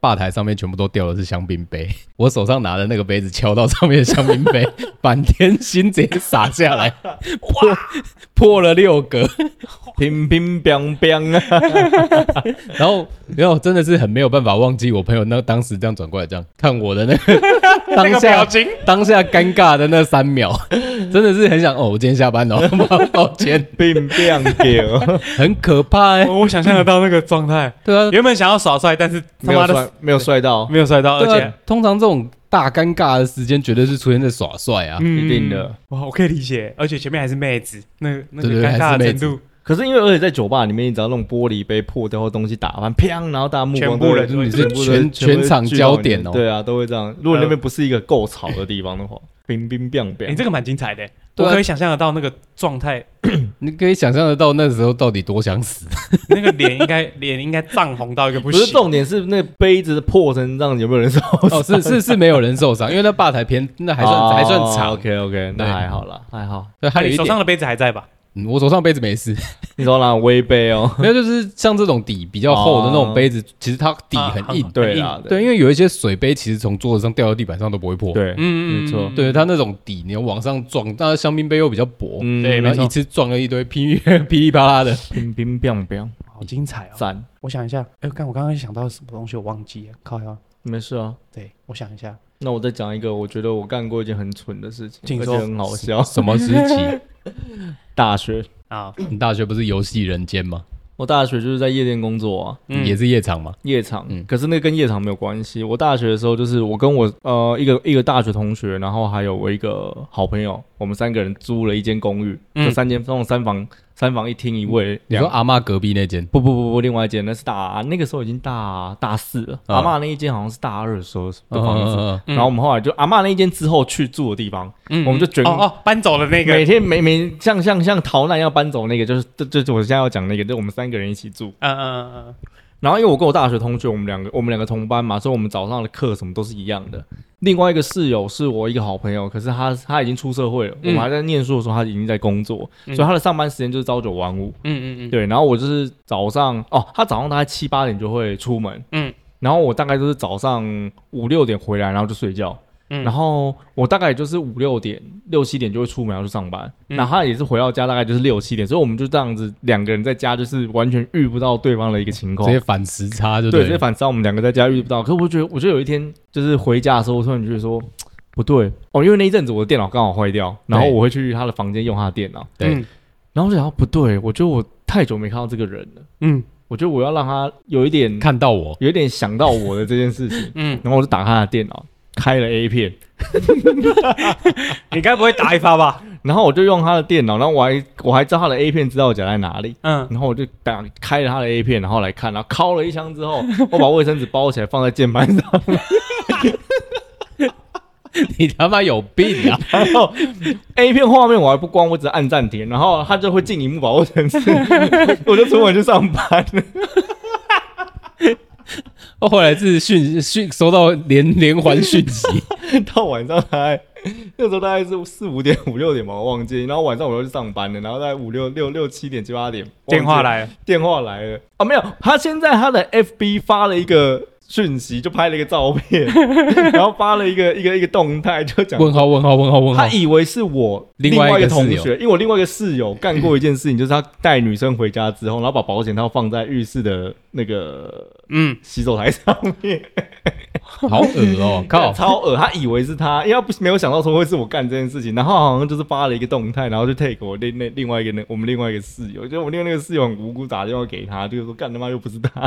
Speaker 2: 吧台上面全部都掉的是香槟杯， 我手上拿的那个杯子敲到上面的香槟杯， 满天星直接洒下来，破破了六个，
Speaker 1: 乒乒乓乓啊，
Speaker 2: 然后没有，真的是很没有办法忘记我朋友那当时这样转过来这样看我的那 个
Speaker 3: 那
Speaker 2: 当
Speaker 3: 个表
Speaker 2: 下
Speaker 3: 情，
Speaker 2: 当下尴尬的那三秒，真的是很想哦，我今天下班了， 抱歉，
Speaker 1: 乒乓球，
Speaker 2: 很可怕哎、
Speaker 3: 我想象得到那个状态。
Speaker 2: 对啊，
Speaker 3: 原本想要耍帅，但是 他
Speaker 1: 没
Speaker 3: 妈
Speaker 1: 有
Speaker 3: 的
Speaker 1: 帅，没有帅到，
Speaker 3: 没有帅到，而
Speaker 2: 对
Speaker 3: 且
Speaker 2: 啊，通常这种大尴尬的时间，绝对是出现在耍帅啊。
Speaker 3: 嗯
Speaker 1: 一定的。
Speaker 3: 哇，我可以理解，而且前面还是妹子，那个那个
Speaker 2: 对对
Speaker 3: 尴
Speaker 2: 还
Speaker 3: 尬
Speaker 2: 是
Speaker 3: 的
Speaker 2: 妹
Speaker 3: 程
Speaker 2: 子
Speaker 3: 度，
Speaker 1: 可是因为而且在酒吧里面，你只要弄玻璃杯破掉或东西打翻，砰，然后大家目光
Speaker 3: 全部人
Speaker 1: 都会
Speaker 2: 你是
Speaker 1: 全部都会
Speaker 2: 全
Speaker 1: 全部
Speaker 2: 全场
Speaker 1: 聚到你
Speaker 2: 焦点哦
Speaker 1: 对啊，都会这样。如果那边不是一个够吵的地方的话，乒乒乓
Speaker 3: 哎
Speaker 1: 乓，
Speaker 3: 你这个蛮精彩的，
Speaker 2: 啊对
Speaker 3: 我
Speaker 2: 啊
Speaker 3: 可以想象得到那个状态，
Speaker 2: 你可以想象得到那时候到底多想死。
Speaker 3: 那个脸应该脸应该涨红到一个不
Speaker 1: 不
Speaker 3: 行。
Speaker 1: 是重点，是那杯子破成这样，有没有人受伤？
Speaker 2: 哦，是是是没有人受伤，因为那吧台偏那还算还算长。
Speaker 1: OK 哦啊 OK，那还好啦，还好。
Speaker 2: 对，还有一
Speaker 3: 哎你手
Speaker 2: 点
Speaker 3: 上的杯子还在吧？
Speaker 2: 嗯，我手上杯子没事，
Speaker 1: 你手上拿微杯哦，
Speaker 2: 没有，就是像这种底比较厚的那种
Speaker 1: 哦
Speaker 2: 杯子，其实它底
Speaker 3: 啊
Speaker 2: 很硬，
Speaker 1: 对啦，
Speaker 2: 对，因为有一些水杯其实从桌子上掉到地板上都不会破，，
Speaker 1: 对，
Speaker 3: 嗯
Speaker 1: 没错
Speaker 2: 对，它那种底你要往上撞，但是香槟杯又比较薄，
Speaker 1: 嗯，
Speaker 3: 对没
Speaker 2: 然
Speaker 3: 错
Speaker 2: 后一次撞了一堆噼里 噼里啪啦的，
Speaker 1: 乒乒乓乓，
Speaker 3: 好精彩哦！
Speaker 1: 赞，
Speaker 3: 我想一下，哎，刚我刚刚想到什么东西，我忘记了，靠呀！
Speaker 1: 没事啊。
Speaker 3: 对，我想一下，
Speaker 1: 那我再讲一个，我觉得我干过一件很蠢的事情，
Speaker 3: 请
Speaker 1: 而
Speaker 3: 说
Speaker 1: 且很好笑。
Speaker 2: 什么时期？
Speaker 1: 大学，
Speaker 3: 啊，
Speaker 2: 你大学不是游戏人间吗？
Speaker 1: 我大学就是在夜店工作啊，
Speaker 3: 嗯
Speaker 2: 也是夜场吗？
Speaker 1: 夜场，
Speaker 2: 嗯
Speaker 1: 可是那跟夜场没有关系。我大学的时候，就是我跟我呃一个一个大学同学，然后还有我一个好朋友，我们三个人租了一间公寓，
Speaker 3: 嗯
Speaker 1: 就三间那种三房三房一厅一卫
Speaker 2: 嗯你说
Speaker 1: 两。
Speaker 2: 阿妈隔壁那间
Speaker 1: 不不不不，另外一间那是大那个时候已经大大四了，
Speaker 2: 啊
Speaker 1: 阿嬷那一间好像是大二的时候的房子，
Speaker 2: 嗯
Speaker 1: 然后我们后来就阿嬷那一间之后去住的地方，
Speaker 3: 嗯
Speaker 1: 我们就卷
Speaker 3: 哦哦，搬走了那
Speaker 1: 每
Speaker 3: 个，
Speaker 1: 天每每像像像逃难要搬走那个，就是这这这我现在要讲那个，就是我们三个人一起住。
Speaker 3: 嗯嗯嗯
Speaker 1: 然后因为我跟我大学同学，我们两个我们两个同班嘛，所以我们早上的课什么都是一样的。另外一个室友是我一个好朋友，可是他他已经出社会了，我
Speaker 3: 嗯
Speaker 1: 们还在念书的时候，他已经在工作，
Speaker 3: 嗯
Speaker 1: 所以他的上班时间就是朝九晚五。
Speaker 3: 嗯嗯嗯，
Speaker 1: 对，然后我就是早上哦，他早上大概七八点就会出门，
Speaker 3: 嗯，
Speaker 1: 然后我大概就是早上五六点回来，然后就睡觉，
Speaker 3: 嗯
Speaker 1: 然后我大概就是五六点六七点就会出门要去上班，
Speaker 3: 嗯
Speaker 1: 然后他也是回到家大概就是六七点，所以我们就这样子两个人在家就是完全遇不到对方的一个情
Speaker 2: 直
Speaker 1: 况，
Speaker 2: 接反时差就
Speaker 1: 对，
Speaker 2: 了
Speaker 1: 所以反正我们两个在家遇不到。可我觉得，我觉得有一天就是回家的时候，我突然觉得说不对哦，因为那一阵子我的电脑刚好坏掉，然后
Speaker 2: 对
Speaker 1: 我会去他的房间用他的电脑，
Speaker 2: 对
Speaker 3: 嗯
Speaker 1: 然后我就想到不对，我觉得我太久没看到这个人了，
Speaker 3: 嗯，
Speaker 1: 我觉得我要让他有一点
Speaker 2: 看到 我，
Speaker 1: 有一点想到我的这件事情
Speaker 3: 嗯，
Speaker 1: 然后我就打开他的电脑，开了 A 片，
Speaker 3: 你该不会打一发吧？
Speaker 1: 然后我就用他的电脑，然后我还我还知道他的 A 片资料夹在哪里。
Speaker 3: 嗯，
Speaker 1: 然后我就打开了他的 A 片，然后来看，然后敲了一枪之后， 我把卫生纸包起来放在键盘上，
Speaker 2: 你他妈有病啊！
Speaker 1: 然后 A 片画面我还不关，我只按暂停，然后他就会进荧幕把我整死， 我就出门去上班了。
Speaker 2: 后来是讯讯收到连连环讯息，
Speaker 1: 到晚上大概那时候大概是四五点五六点吧，我忘记。然后晚上我又去上班了，然后大概五六六六七点七八点，忘记
Speaker 3: 电话来了，
Speaker 1: 电话来了啊，没有，他现在他的 FB 发了一个讯息，就拍了一个照 片，然后发了一个一个一个动态，就讲
Speaker 2: 问号问号问号问号
Speaker 1: 他，以为是我
Speaker 2: 另
Speaker 1: 外
Speaker 2: 外一
Speaker 1: 个
Speaker 2: 个
Speaker 1: 同
Speaker 2: 室友
Speaker 1: 学，因为我另外一个室友干过一件事情，就是他带女生回家之后，然后把保险套放在浴室的那个
Speaker 3: 嗯，
Speaker 1: 洗手台上面，
Speaker 2: 好恶哦！靠，
Speaker 1: 超恶，他以为是他，因为他不没有想到说会是我干这件事情，然后好像就是发了一个动态，然后就 take 我另那另外一个那我们另外一个室友，就我另外那个室友很无辜打电话给他，就是说干他妈又不是他，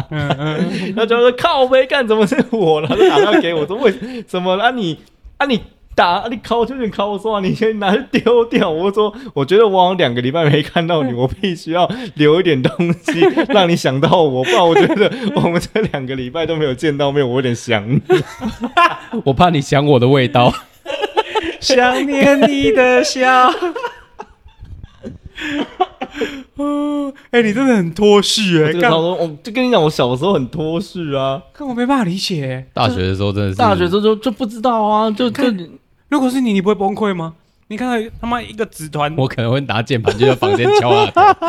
Speaker 1: 他就说靠呗，干怎么是我？然后就打电话给我说为什么啊你啊你。打啊你敲就是敲，我说、啊、你先拿去丢掉。我说，我觉得我好像两个礼拜没看到你，我必须要留一点东西让你想到我，不然我觉得我们这两个礼拜都没有见到面，我有点想你。
Speaker 2: 我怕你想我的味道。
Speaker 3: 想念你的笑。 哦，哎，你真的很脱序哎
Speaker 1: 这，个
Speaker 3: 干
Speaker 1: 超多，我就跟你讲，我小时候很脱序啊，
Speaker 3: 干我没办法理解欸。
Speaker 2: 大学的时候真的是，
Speaker 1: 大学时候就就不知道啊，就就
Speaker 3: 看如果是你，你不会崩溃吗？你看到他妈一个纸团，
Speaker 2: 我可能会拿键盘就在房间敲 啊。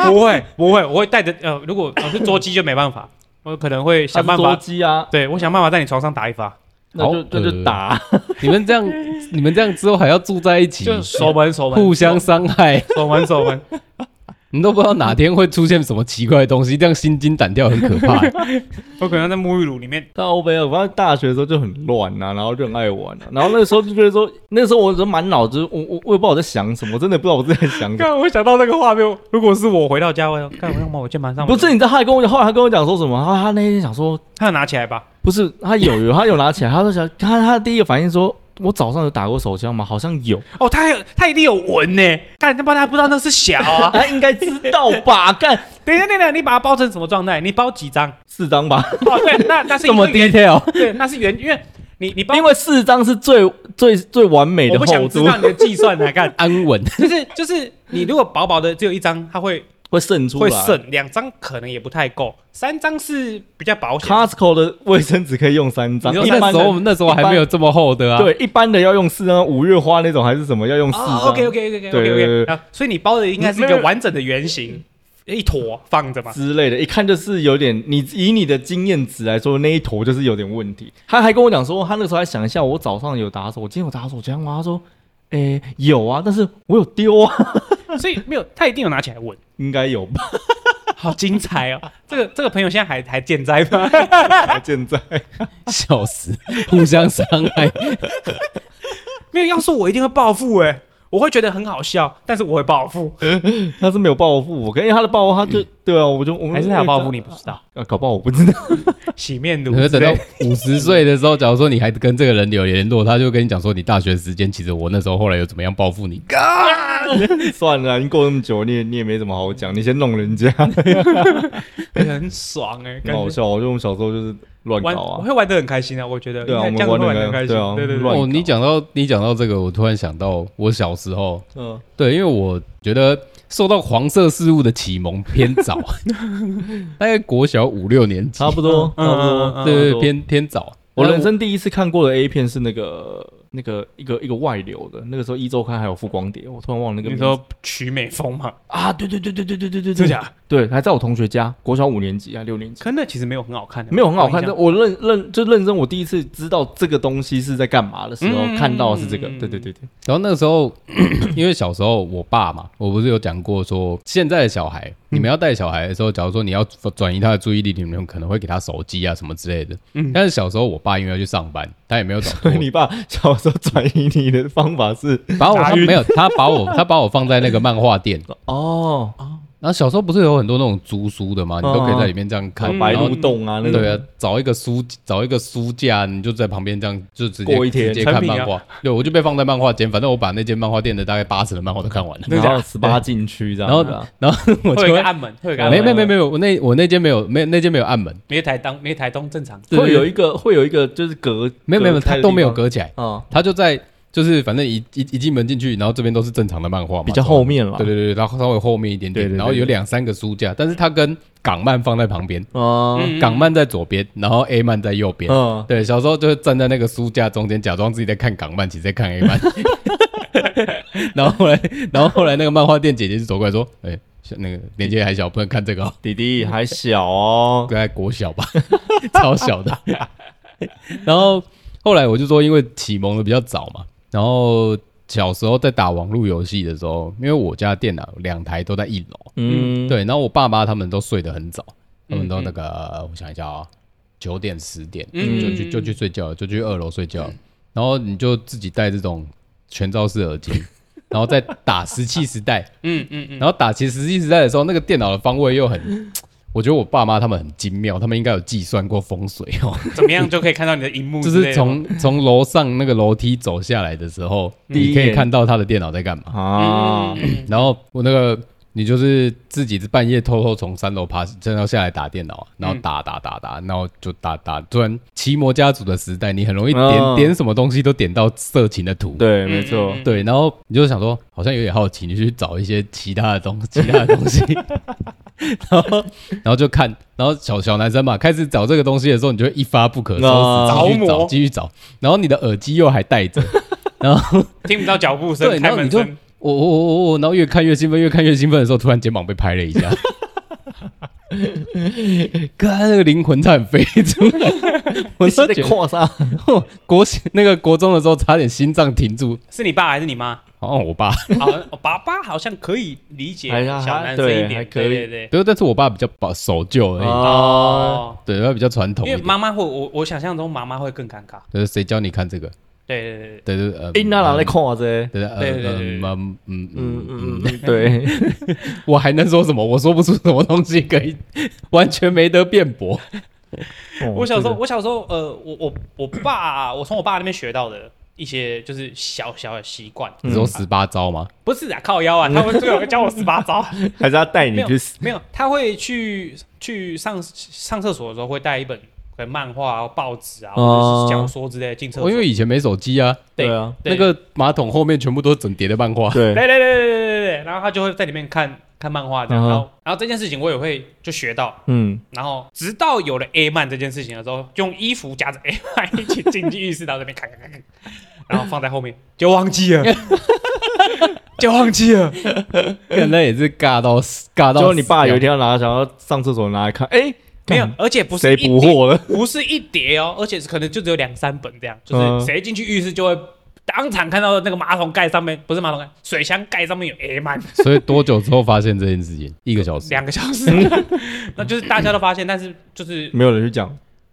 Speaker 3: 不会不会，我会带着呃，如果我是捉鸡就没办法，我可能会想办
Speaker 1: 他是捉
Speaker 3: 法，
Speaker 1: 鸡啊，
Speaker 3: 对我想办法在你床上打一发，
Speaker 1: 那就
Speaker 2: 好
Speaker 1: 那就
Speaker 2: 呃
Speaker 1: 打，
Speaker 2: 你们这样，你们这样之后还要住在一起，
Speaker 3: 就手门手门
Speaker 2: 互相伤害，
Speaker 3: 手门手门，
Speaker 2: 你都不知道哪天会出现什么奇怪的东西，这样心惊胆跳很可怕。
Speaker 3: 我可能在沐浴乳里面，
Speaker 1: 到欧贝尔，反正大学的时候就很乱呐、啊，然后就很爱玩、啊，然后那时候就觉得说，那时候我就满脑子，我我我也不知道我在想什么，我真的不知道我自己在想什么。
Speaker 3: 看我想到那个画面，如果是我回到家，我要看我要把我键盘上
Speaker 1: 不是，你知道他还跟我讲，后来他跟我讲说什么？他他那天想说，
Speaker 3: 他拿起来吧，
Speaker 1: 不是他有有他有拿起来，他说想他他第一个反应说，我早上有打过手枪吗？好像有，
Speaker 3: 哦，他还有他一定有闻呢，看他妈他不知道那是 小啊，
Speaker 1: 他哎应该知道 吧？干
Speaker 3: 等一下等一下，你把它包成什么状态？你包 几张？
Speaker 1: 四张吧，
Speaker 3: 哦，对，那那是
Speaker 2: 这么
Speaker 3: 一个圆，
Speaker 2: detail，
Speaker 3: 对，那是圆，因为你你包
Speaker 1: 因。为四张是最最最完美
Speaker 3: 我
Speaker 1: 的
Speaker 3: 不想
Speaker 1: 厚
Speaker 3: 知
Speaker 1: 度
Speaker 3: 啊 道。你的计算来看，
Speaker 2: 安稳。
Speaker 3: 就是就是你如果薄薄的只有一张，它会
Speaker 1: 会渗出来。
Speaker 3: 会剩两张可能也不太够，三张是比较保险。
Speaker 1: Costco 的卫生纸可以用三张，
Speaker 2: 你说
Speaker 1: 一
Speaker 2: 那
Speaker 1: 般
Speaker 2: 时
Speaker 1: 的
Speaker 2: 候我们那时候还没有这么厚的啊，，
Speaker 1: 对一般的要用四张，五月花那种还是什么要用四张。
Speaker 3: 哦，OK OK OK
Speaker 1: 对
Speaker 3: OK
Speaker 1: 对对
Speaker 3: OK，啊，所以你包的应该是一
Speaker 1: 没
Speaker 3: 个
Speaker 1: 有
Speaker 3: 完整的圆形，一坨 放着嘛。
Speaker 1: 之类的，一看就是有点你以你的经验值来说，那一坨就是有点问题。他还跟我讲说，他那个时候还想一下，我早上有打手，我今天有打手枪吗？他说，诶、有啊，但是我有丢啊，
Speaker 3: 所以没有，他一定有拿起来闻，
Speaker 1: 应该有吧？
Speaker 3: 好精彩哦！这个这个朋友现在还还健在吗？
Speaker 1: 现在
Speaker 2: 笑死，互相伤 害，
Speaker 3: 没有，要是我一定会报复哎、我会觉得很好笑，但是我会报复，
Speaker 1: 他是没有报复我，可因为他的报复，他就、对啊，我就我们
Speaker 3: 嗯还是他有报复你不知道？
Speaker 1: 啊，搞不好我不知道。
Speaker 3: 洗面乳
Speaker 2: 可能
Speaker 3: 之
Speaker 2: 等
Speaker 3: 类
Speaker 2: 到五十岁的时候，假如说你还跟这个人有联络，他就跟你讲说，你大学时间其实我那时候后来有怎么样报复你，
Speaker 1: 算了，已经过那么久，你也你也没什么好讲，你先弄人家，
Speaker 3: 的， 很爽 哎、
Speaker 1: 很
Speaker 3: 感
Speaker 1: 好
Speaker 3: 觉
Speaker 1: 笑。我觉得我们小时候就是乱搞
Speaker 3: 玩我
Speaker 1: 啊，
Speaker 3: 会玩的很开心啊，我觉得，
Speaker 1: 对啊
Speaker 3: 应该这样
Speaker 1: 我
Speaker 3: 会
Speaker 1: 们
Speaker 3: 玩
Speaker 1: 玩
Speaker 3: 的
Speaker 1: 得
Speaker 3: 很开心，
Speaker 1: 对啊
Speaker 3: 对对
Speaker 1: 乱
Speaker 3: 对，
Speaker 1: 搞
Speaker 2: 哦，你讲到你讲到这个，我突然想到我小时候，
Speaker 1: 嗯，
Speaker 2: 对，因为我觉得受到黄色事物的启蒙偏早， 大概国小五六年级
Speaker 1: 差，不多，差
Speaker 3: 嗯
Speaker 1: 不多。
Speaker 3: 嗯嗯嗯
Speaker 2: 对对
Speaker 1: 多
Speaker 2: 对，偏哎偏早。
Speaker 1: 我人
Speaker 2: 但
Speaker 1: 生第一次看过的 A 片是那个那个一个一个外流的，那个时候一周刊还有副光碟，我突然忘了那个
Speaker 3: 你
Speaker 1: 名字
Speaker 3: 说曲美风嘛，
Speaker 1: 啊，对对对对对对对对对，
Speaker 3: 真假？
Speaker 1: 对，还在我同学家，国小五年级还六年级，
Speaker 3: 可那其实没有很好看的，
Speaker 1: 没有很好看，
Speaker 3: 我
Speaker 1: 但
Speaker 3: 印象
Speaker 1: 我认认就认真，我第一次知道这个东西是在干嘛的时候，
Speaker 3: 嗯
Speaker 1: 看到的是这个，
Speaker 3: 嗯
Speaker 1: 对对对对，
Speaker 2: 然后那个时候， 因为小时候我爸嘛，我不是有讲过说，现在的小孩，你们要带小孩的时候，假如说你要转移他的注意力，你们可能会给他手机啊什么之类的。
Speaker 3: 嗯
Speaker 2: 但是小时候我爸因为要去上班，他也没有找 过
Speaker 1: 你爸小时候转移你的方法是
Speaker 2: 把我
Speaker 3: 打
Speaker 2: 他
Speaker 3: 晕
Speaker 2: 没有他把我 他把我放在那个漫画店，
Speaker 1: 哦，
Speaker 2: 然后小时候不是有很多那种租书的吗？哦你都可以在里面这样看
Speaker 1: 看，白
Speaker 2: 嗯然后
Speaker 1: 鹿洞啊那种，
Speaker 2: 对啊，找一个书找一个书架，你就在旁边这样就直接
Speaker 1: 过一天
Speaker 2: 直接
Speaker 3: 成
Speaker 2: 看
Speaker 3: 品啊
Speaker 2: 漫画。对，我就被放在漫画间，反正我把那间漫画店的大概八成的漫画都看 完了。
Speaker 3: 真的假
Speaker 1: 然
Speaker 3: 的
Speaker 1: 后十八禁区这样
Speaker 2: 然后
Speaker 1: 子啊，
Speaker 2: 然后我就
Speaker 3: 会有一
Speaker 2: 会
Speaker 3: 个暗门，会有一个暗
Speaker 2: 没
Speaker 3: 门，
Speaker 2: 没没没有，我那我那间没有没有那间没有暗门，
Speaker 3: 没台当没台东正常，
Speaker 2: 对
Speaker 1: 会有一个会有一个就是隔
Speaker 2: 没有没有，他都没有
Speaker 1: 隔
Speaker 2: 隔起来，
Speaker 1: 开的地方啊，
Speaker 2: 他就在就是反正一一一进门进去，然后这边都是正常的漫画嘛，
Speaker 1: 比较后面了，
Speaker 2: 对。对对对，然后稍微后面一点
Speaker 1: 对
Speaker 2: 点，
Speaker 1: 对对
Speaker 2: 然后有两三个书架，但是它跟港漫放在旁边，
Speaker 1: 啊，
Speaker 3: 嗯
Speaker 2: 港漫在左边，然后 A 漫在右边。
Speaker 1: 嗯，
Speaker 2: 对，小时候就是站在那个书架中间，假装自己在看港漫，其实在看 A 漫。 然后后来，然后后来那个漫画店姐姐就走过来说：“哎、像那个年纪还小，不能看这个、哦，
Speaker 1: 弟弟还小哦，
Speaker 2: 大概国小吧， 超小的。” 然后后来我就说，因为启蒙的比较早嘛，然后小时候在打网络游戏的时候，因为我家电脑两台都在一楼，
Speaker 1: 嗯，
Speaker 2: 对，然后我爸妈他们都睡得很早，他们都
Speaker 3: 嗯嗯
Speaker 2: 那个、我想一下啊、九点十点
Speaker 3: 嗯
Speaker 2: 就去就去睡觉了，就去二楼睡觉了，然后你就自己戴这种全罩式耳机，然后再打石器时代，
Speaker 3: 嗯嗯嗯，
Speaker 2: 然后打其实石器时代的时候，那个电脑的方位又很。 我觉得我爸妈他们很精妙，他们应该有计算过风水哦，
Speaker 3: 怎么样就可以看到你的荧幕
Speaker 2: 就
Speaker 3: 之类的吗，
Speaker 2: 是从从楼上那个楼梯走下来的时候，
Speaker 1: 第
Speaker 2: 你
Speaker 1: 一
Speaker 2: 可以
Speaker 1: 眼
Speaker 2: 看到他的电脑在干嘛。
Speaker 1: 啊，
Speaker 3: 嗯
Speaker 2: 然后我那个你就是自己半夜偷偷从三楼爬站到下来打电脑，啊然后打打打打，然后就打打。突然奇摩家族的时代，你很容易点、
Speaker 1: 嗯
Speaker 2: 点什么东西都点到色情的图。
Speaker 1: 对，
Speaker 3: 嗯
Speaker 1: 没错，
Speaker 3: 嗯
Speaker 2: 对然后你就想说，好像有点好奇，你就去找一些其他的东其他的东西， 然后然后就看，然后小小男生嘛，开始找这个东西的时候，你就会一发不可收
Speaker 1: 啊
Speaker 2: 拾，继续
Speaker 3: 着
Speaker 2: 找，
Speaker 3: 魔
Speaker 2: 继续找，然后你的耳机又还戴着，然后
Speaker 3: 听不到脚步
Speaker 2: 对
Speaker 3: 声，
Speaker 2: 然
Speaker 3: 开
Speaker 2: 后你
Speaker 3: 门
Speaker 2: 就
Speaker 3: 声，
Speaker 2: 我我我我我，然后越看越兴奋，越看越兴奋的时候，突然肩膀被拍了一下， 哥，那个灵魂差点飞出来，我
Speaker 1: 你是
Speaker 2: 都
Speaker 1: 在
Speaker 2: 觉得
Speaker 1: 扩散，
Speaker 2: 哦国小那个国中的时候差点心脏停住，
Speaker 3: 是你爸还是你妈？
Speaker 2: 哦，我爸，
Speaker 3: 好，爸爸好像可以理解
Speaker 1: 还是
Speaker 3: 小男生一
Speaker 1: 对还
Speaker 3: 点，
Speaker 1: 可以
Speaker 3: 对对对。
Speaker 2: 对，但是我爸比较保守旧而已，
Speaker 1: 啊，
Speaker 3: 哦，
Speaker 2: 对，他比较传统
Speaker 3: 因
Speaker 2: 一
Speaker 3: 为
Speaker 2: 点，
Speaker 3: 妈妈会，我我想象中妈妈会更尴尬。
Speaker 2: 就是谁教你看这个？
Speaker 3: 对对对对，
Speaker 2: 对对呃，
Speaker 1: 哎因那拿来看这，
Speaker 2: 对
Speaker 3: 对
Speaker 2: 对
Speaker 3: 对对
Speaker 2: 呃嗯嗯
Speaker 1: 嗯
Speaker 2: 嗯嗯
Speaker 1: 嗯，嗯，对，
Speaker 2: 我还能说什么？我说不出什么东西可以， 完全没得辩驳。
Speaker 1: 哦
Speaker 3: 我小时候，
Speaker 1: 这
Speaker 3: 我小时候，呃，我我我爸，我从我爸那边学到的一些就是小小的习惯，
Speaker 2: 你说十八招吗？
Speaker 3: 不是啊，靠腰啊，他们最后教我十八招，
Speaker 1: 个还是要带你
Speaker 3: 没有
Speaker 1: 去死，
Speaker 3: 没有，他会去去上上厕所的时候会带一本可能漫画啊、报纸啊，或者
Speaker 1: 哦
Speaker 3: 是小说之类的进厕所。
Speaker 2: 我哦因为以前没手机啊，
Speaker 3: 对
Speaker 1: 对啊
Speaker 3: 对
Speaker 2: 那个马桶后面全部都是整叠的漫画，
Speaker 1: 对，
Speaker 3: 对对对对对对对，然后他就会在里面看看漫画这样，
Speaker 1: 嗯
Speaker 3: 然后然后这件事情我也会就学到，
Speaker 1: 嗯，
Speaker 3: 然后直到有了 A 漫这件事情的时候，用衣服夹着 A 漫一起进去浴室，然后这边咔咔咔咔，然后放在后面就忘记了，就忘记了。
Speaker 2: 可能也是尬到死尬到死掉。
Speaker 1: 结果你爸有一天要拿想要上厕所拿来看，哎，
Speaker 3: 没有
Speaker 1: 干，
Speaker 3: 而且不是
Speaker 1: 谁
Speaker 3: 一叠
Speaker 1: 捕获了？
Speaker 3: 不是一叠哦，而且是可能就只有两三本这样，就
Speaker 1: 嗯
Speaker 3: 是谁进去浴室就会当场看到那个马桶盖上面不是马桶盖，水箱盖上面有 A 漫，
Speaker 2: 所以多久之后发现这件事情？ 一个小时。
Speaker 3: 两个小 时，那就是大家都发现，但是就是
Speaker 1: 没有人去讲，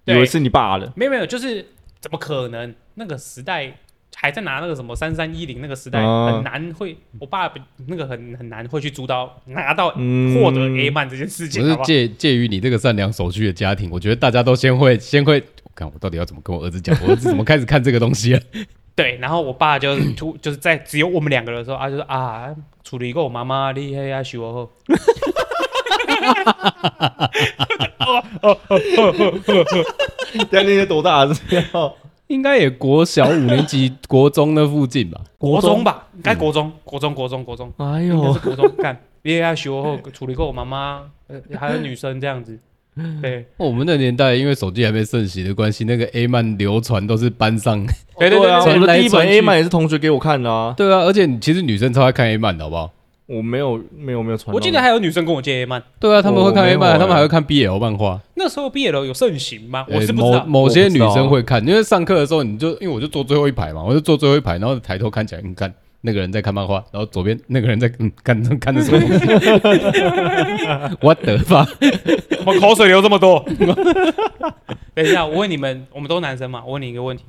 Speaker 1: 以
Speaker 3: 对
Speaker 1: 为是你爸的。
Speaker 3: 没有没有，就是怎么可能？那个时代还在拿那个什么三三一零那个时代，
Speaker 1: 啊
Speaker 3: 很难会，我爸不那个很很难会去租到拿到
Speaker 1: 嗯
Speaker 3: 获得 A 漫这件事情，
Speaker 2: 我是
Speaker 3: 好不好？
Speaker 2: 介介于你这个善良守序的家庭，我觉得大家都先会先会，我看我到底要怎么跟我儿子讲，我儿子怎么开始看这个东西啊？
Speaker 3: 对，然后我爸就突 就是在只有我们两个的时候，啊，就说啊，处理过我妈妈厉害啊，修哦。
Speaker 1: 但 那些多大的时候？
Speaker 2: 应该也国小五年级、国中那附近吧。
Speaker 3: 国中吧，应该国中，国中，国中，国中，
Speaker 1: 哎
Speaker 3: 应该
Speaker 1: 呦
Speaker 3: 是，国中干，厉害修后处理过我妈妈，呃还有女生这样子，对，
Speaker 2: 哦我们那年代因为手机还没盛行的关系，那个 A 漫流传都是班上，
Speaker 3: 对对对
Speaker 1: 啊，
Speaker 2: 对
Speaker 1: 我的第一
Speaker 2: 传
Speaker 1: 本
Speaker 2: 来传去
Speaker 1: A 漫也是同学给我看的啊，
Speaker 2: 对啊，而且其实女生超爱看 A 漫的好不好？
Speaker 1: 我没有没有没有传到。
Speaker 3: 我记得还有女生跟我借 A 漫，
Speaker 2: 对啊，他们会看
Speaker 1: 我
Speaker 2: A
Speaker 1: 没有
Speaker 2: 漫，
Speaker 1: 欸
Speaker 2: 他们还会看 BL 漫画。
Speaker 3: 那时候 BL 有盛行吗？我
Speaker 2: 呃
Speaker 3: 是不知
Speaker 2: 某
Speaker 3: 道。
Speaker 2: 某些女
Speaker 1: 我不知
Speaker 2: 生
Speaker 1: 道
Speaker 2: 会看，因为上课的时候你就因为我就坐最后一排嘛，我就坐最后一排，然后抬头看起来，你看那个人在看漫画，然后左边那个人在嗯看 看着什么东西，我的吧，
Speaker 3: 我口水流这么多。 等一下，我问你们，我们都男生嘛，我问你一个 问题：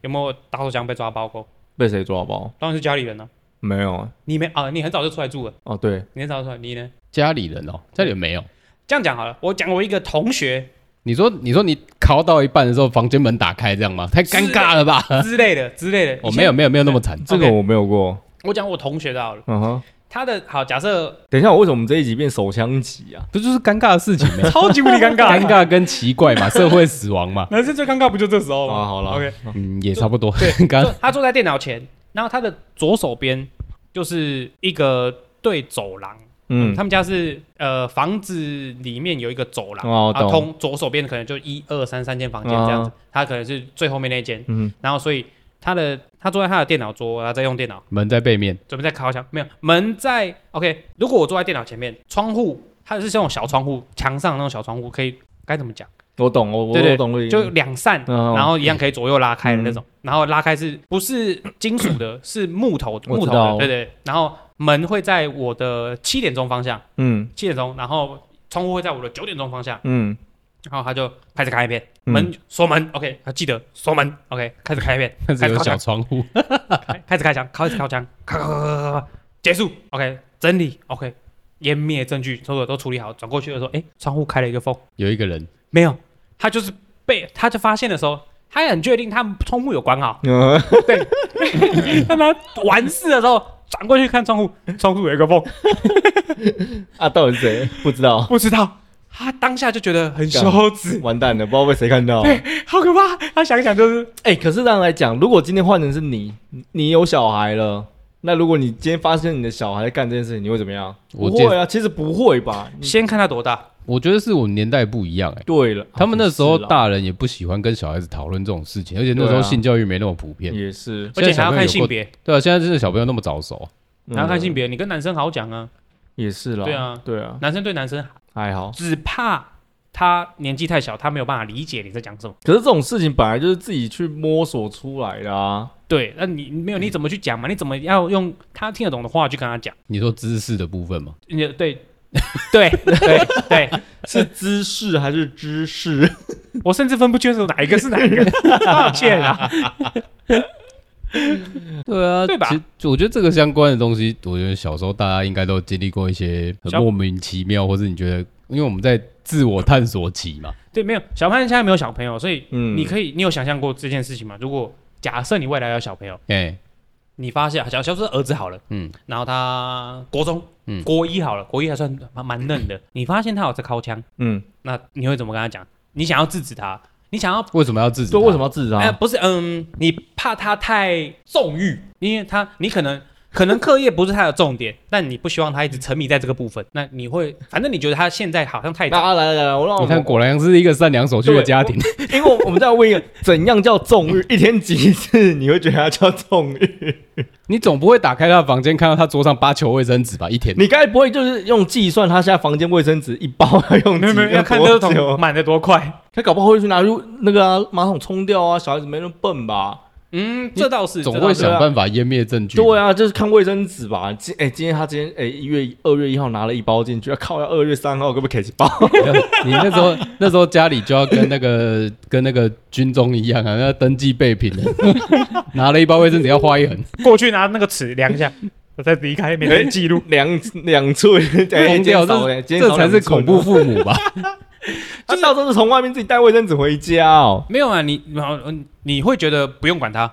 Speaker 3: 有没有打手枪被抓包过？
Speaker 1: 被谁抓包？
Speaker 3: 当然是家里人了、
Speaker 1: 没有啊。
Speaker 3: 你没啊？你很早就出来住了，
Speaker 1: 哦，对，
Speaker 3: 你很早就出来，你呢？
Speaker 2: 家里人哦，家里人没有。
Speaker 3: 这样讲好了，我讲我一个同 学
Speaker 2: 你说你说你考到一半的时候，房间门打开这样吗？太尴尬了吧！
Speaker 3: 之类的之类的。
Speaker 2: 我、
Speaker 3: 以前
Speaker 2: 没有，没有没有那么惨，
Speaker 1: 这个我没有过。
Speaker 3: 我讲我同学的好了。
Speaker 1: 嗯哼，
Speaker 3: 他的好，假设？
Speaker 1: 等一下，为什么我们这一集变手枪集啊？
Speaker 2: 不就是尴尬的事情吗
Speaker 3: 超级无敌 尴
Speaker 2: 尴。
Speaker 3: 尬，
Speaker 2: 尬跟奇怪嘛，社会死亡 嘛，
Speaker 3: 男生最尴尬不就这时候吗？
Speaker 1: 啊好啦
Speaker 3: OK，
Speaker 2: 嗯，也差不多。
Speaker 3: 对，
Speaker 2: 刚
Speaker 3: 坐他坐在电脑前，然后他的左手边就是一个对走廊。
Speaker 1: 嗯
Speaker 3: 他，们家是呃房子里面有一个走廊，
Speaker 1: 哦
Speaker 3: 啊
Speaker 1: 懂哦
Speaker 3: 通左手边可能就一二三三间房间这样子，他可能是最后面那间，
Speaker 1: 嗯
Speaker 3: 然后所以他的他坐在他的电脑桌，然后在用电脑，
Speaker 2: 门在背 面，
Speaker 3: 准备在烤箱，没有门在 OK，如果我坐在电脑前面，窗户它是这种小窗户，墙上那种小窗户可以该怎么讲，
Speaker 1: 我懂，我我
Speaker 3: 对对
Speaker 1: 我懂了，
Speaker 3: 就两扇。
Speaker 1: 嗯
Speaker 3: 然后一样可以左右拉开的那种，然后拉开是不是金属的？是木头
Speaker 1: 我
Speaker 3: 木
Speaker 1: 知
Speaker 3: 头
Speaker 1: 道
Speaker 3: 的，对对。然后门会在我的七点钟方向，
Speaker 1: 嗯
Speaker 3: 七点钟，然后窗户会在我的九点钟方向，
Speaker 1: 嗯
Speaker 3: 然后他就开始看一遍，
Speaker 1: 嗯，
Speaker 3: 门锁门，OK，他记得锁门，OK，开始看一遍，
Speaker 2: 但是
Speaker 3: 开始
Speaker 2: 有
Speaker 3: 敲
Speaker 2: 小
Speaker 3: 墙，
Speaker 2: 窗户，
Speaker 3: 开开始开枪，开始敲枪，咔咔咔咔咔咔，结束，OK，整理，OK，湮灭证据，所有都处理好，转过去的时候，哎，窗户开了一个缝，
Speaker 2: 有一个人，
Speaker 3: 没有，他就是被他就发现的时候。他也很确定他窗户有关好
Speaker 1: 嗯，
Speaker 3: 他妈完事的时候转过去看窗户，窗户有一个缝，
Speaker 1: 啊，到底是 谁？不知道，
Speaker 3: 不知道，他当下就觉得很
Speaker 1: 干
Speaker 3: 羞耻，
Speaker 1: 完蛋了，不知道被谁看到。
Speaker 3: 好可怕。他想一想就是
Speaker 1: 哎、可是这样来讲，如果今天换成是你，你有小孩了，那如果你今天发现你的小孩在干这件事情，你会怎么样？
Speaker 2: 我
Speaker 1: 不
Speaker 2: 见
Speaker 1: 会啊，其实不会吧？你
Speaker 3: 先看他多大，
Speaker 2: 我觉得是我们年代不一样哎、
Speaker 1: 对了，
Speaker 2: 他们那时候
Speaker 1: 哦也是啦
Speaker 2: 大人也不喜欢跟小孩子讨论这种事情，而且那时候
Speaker 1: 对啊嗯
Speaker 2: 性教育没那么普遍。
Speaker 1: 也是，
Speaker 3: 而且还要看性别，
Speaker 2: 对啊，现在真的小朋友那么早熟，
Speaker 1: 嗯
Speaker 3: 还要看性别。你跟男生好讲啊，
Speaker 1: 也是啦。
Speaker 3: 对啊，
Speaker 1: 对啊，
Speaker 3: 男生对男生好，
Speaker 1: 还好。
Speaker 3: 只怕他年纪太小，他没有办法理解你在讲什么。
Speaker 1: 可是这种事情本来就是自己去摸索出来的 啊。
Speaker 3: 对，那你没有你怎么去讲嘛？你怎么要用他听得懂的话去跟他讲？
Speaker 2: 你说知识的部分嘛，
Speaker 3: 你对， 对，对，对，
Speaker 1: 是姿势还是知识？
Speaker 3: 我甚至分不清楚哪一个是哪一个， 抱歉啊。
Speaker 2: 对啊，
Speaker 3: 对吧
Speaker 2: 其实就我觉得这个相关的东西，我觉得小时候大家应该都经历过一些很
Speaker 3: 小
Speaker 2: 莫名其妙，或是你觉得，因为我们在自我探索期嘛，
Speaker 3: 对，没有小潘现在没有小朋友，所以
Speaker 1: 嗯
Speaker 3: 你可以，你有想象过这件事情吗？如果假设你未来有小朋友，
Speaker 2: 哎、
Speaker 3: 你发现小小时候儿子好了，
Speaker 2: 嗯
Speaker 3: 嗯，然后他国中，
Speaker 2: 嗯
Speaker 3: 嗯，国一好了，国一还算蛮蛮嫩 的，你发现他有在掏枪。
Speaker 1: 嗯，
Speaker 3: 那你会怎么跟他讲？你想要制止他，你想要。
Speaker 2: 为什么要制止？
Speaker 1: 对，为什么？要制止
Speaker 3: 哎、
Speaker 1: 啊？
Speaker 3: 不是，嗯，你怕他太纵欲，因为他，你可能可能课业不是他的重点，但你不希望他一直沉迷在这个部分，那你会，反正你觉得他现在好像太
Speaker 1: 那
Speaker 3: 早，
Speaker 1: 啊来来来，我让我
Speaker 2: 你看，果然是一个善良守旧的家庭。
Speaker 1: 因为我我们在问一个 怎样叫纵欲，一天几次你会觉得它叫纵欲？
Speaker 2: 你总不会打开他的房间看到他桌上八球卫生纸吧？一天
Speaker 1: 你该不会就是用计算他现在房间卫生纸一包要用
Speaker 3: 没有没有，
Speaker 1: 几
Speaker 3: 要看
Speaker 1: 多
Speaker 3: 这桶
Speaker 1: 久？
Speaker 3: 满的多快。
Speaker 1: 他搞不好会去拿入那个、啊、马桶冲掉啊，小孩子没那么笨吧？
Speaker 3: 嗯，这倒是，
Speaker 2: 总
Speaker 3: 这倒
Speaker 2: 会
Speaker 3: 是
Speaker 2: 想办法湮灭证据。
Speaker 1: 对啊，就是看卫生纸吧。今哎、今天他今天哎一、月二月一号拿了一包进去，啊、靠，要二月三号可不可以一包？
Speaker 2: 你那时候那时候家里就要跟那个跟那个军中一样啊，要登记备 品的，拿了一包卫生纸要画一横，
Speaker 3: 过去拿那个尺量一 下，我再离开，没人记录。
Speaker 1: 两两寸， 哎、今天
Speaker 2: 疯掉，
Speaker 1: 少
Speaker 2: 这
Speaker 1: 哎今天
Speaker 2: 这
Speaker 1: 少
Speaker 2: 才
Speaker 1: 两
Speaker 2: 是
Speaker 1: 寸
Speaker 2: 恐怖父 母吧？
Speaker 1: 他到时候是从外面自己带卫生纸回家哦。
Speaker 3: 没有啊，你你你会觉得不用管他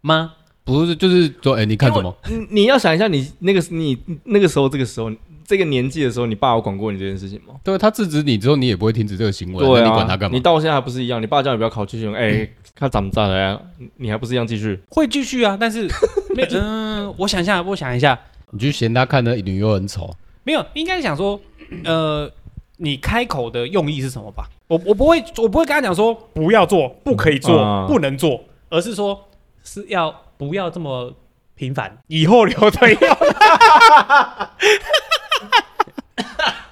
Speaker 3: 吗？
Speaker 2: 不是，就是说，哎、你看什么？
Speaker 1: 你嗯你要想一下你，那个你那个时候，这个时候，这个年纪的时候，你爸有管过你这件事情吗？
Speaker 2: 对啊他制止你之后，你也不会停止这个行为，
Speaker 1: 对啊，
Speaker 2: 那你管他干嘛嗯
Speaker 1: 你？到现在还不是一样？你爸叫你不要考继续，哎、看长不长了呀？你你还不是一样继续？
Speaker 3: 会继续啊，但 是没嗯、我想一下，我想一下，
Speaker 2: 你就嫌他看的女优很丑，
Speaker 3: 没有，应该想说，呃，你开口的用意是什么吧？我我不会，我不会跟他讲说不要做，不可以做，
Speaker 1: 嗯
Speaker 3: 不能做，而是说是要不要这么频繁，以后留着 用。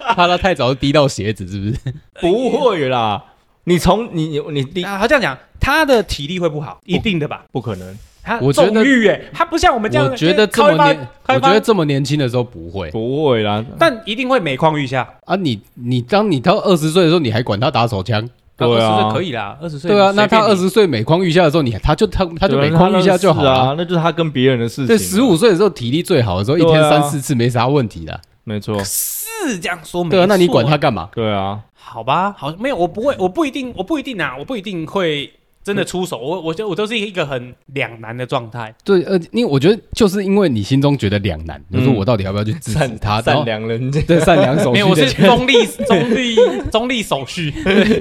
Speaker 2: 怕他太早就滴到鞋子，是 不是？
Speaker 1: 不会啦，你从你你你第
Speaker 3: 啊，他这样讲，他的体力会不好，一定的吧？
Speaker 1: 不可能，
Speaker 3: 他
Speaker 2: 我觉得
Speaker 3: 纵欲哎，他不像我们这样，
Speaker 2: 我觉得这
Speaker 3: 靠一
Speaker 2: 么
Speaker 3: 发
Speaker 2: 年，
Speaker 3: 靠
Speaker 2: 我
Speaker 3: 一发
Speaker 2: 觉得这么年轻的时候不会
Speaker 1: 不会啦。
Speaker 3: 但一定会每况愈下。
Speaker 2: 啊你！你当你到二十岁的时候，你还管他打手枪？
Speaker 1: 对啊
Speaker 3: 二十岁可以啦，二十岁
Speaker 2: 对啊，那
Speaker 3: 随便
Speaker 2: 他
Speaker 3: 你
Speaker 2: 二十岁每况愈下的时候，你他就他他就
Speaker 1: 对啊
Speaker 2: 每况愈下就好
Speaker 1: 那是
Speaker 2: 了。
Speaker 1: 啊，那就是他跟别人的事情。啊
Speaker 2: 对，十五，岁的时候体力最好的时候，一
Speaker 1: 对
Speaker 2: 天
Speaker 1: 啊
Speaker 2: 三四次没啥问题的。
Speaker 1: 没错，
Speaker 3: 是这样说没错
Speaker 2: 对啊，那你管他干嘛？
Speaker 1: 对啊，
Speaker 3: 好吧？好，没有，我不会，我不一定，我不一定啊，我不一定会真的出手。我我就我都是一个很两难的状态。
Speaker 2: 对，呃，因为我觉得就是因为你心中觉得两难，你说
Speaker 1: 嗯
Speaker 2: 我到底要不要去制止他？啊然
Speaker 1: 善
Speaker 2: 后
Speaker 1: 良人 家，
Speaker 2: 对善良手
Speaker 3: 没有，
Speaker 2: 续
Speaker 3: 我
Speaker 2: 的
Speaker 3: 是
Speaker 2: 钱，
Speaker 3: 中立中立中立手续。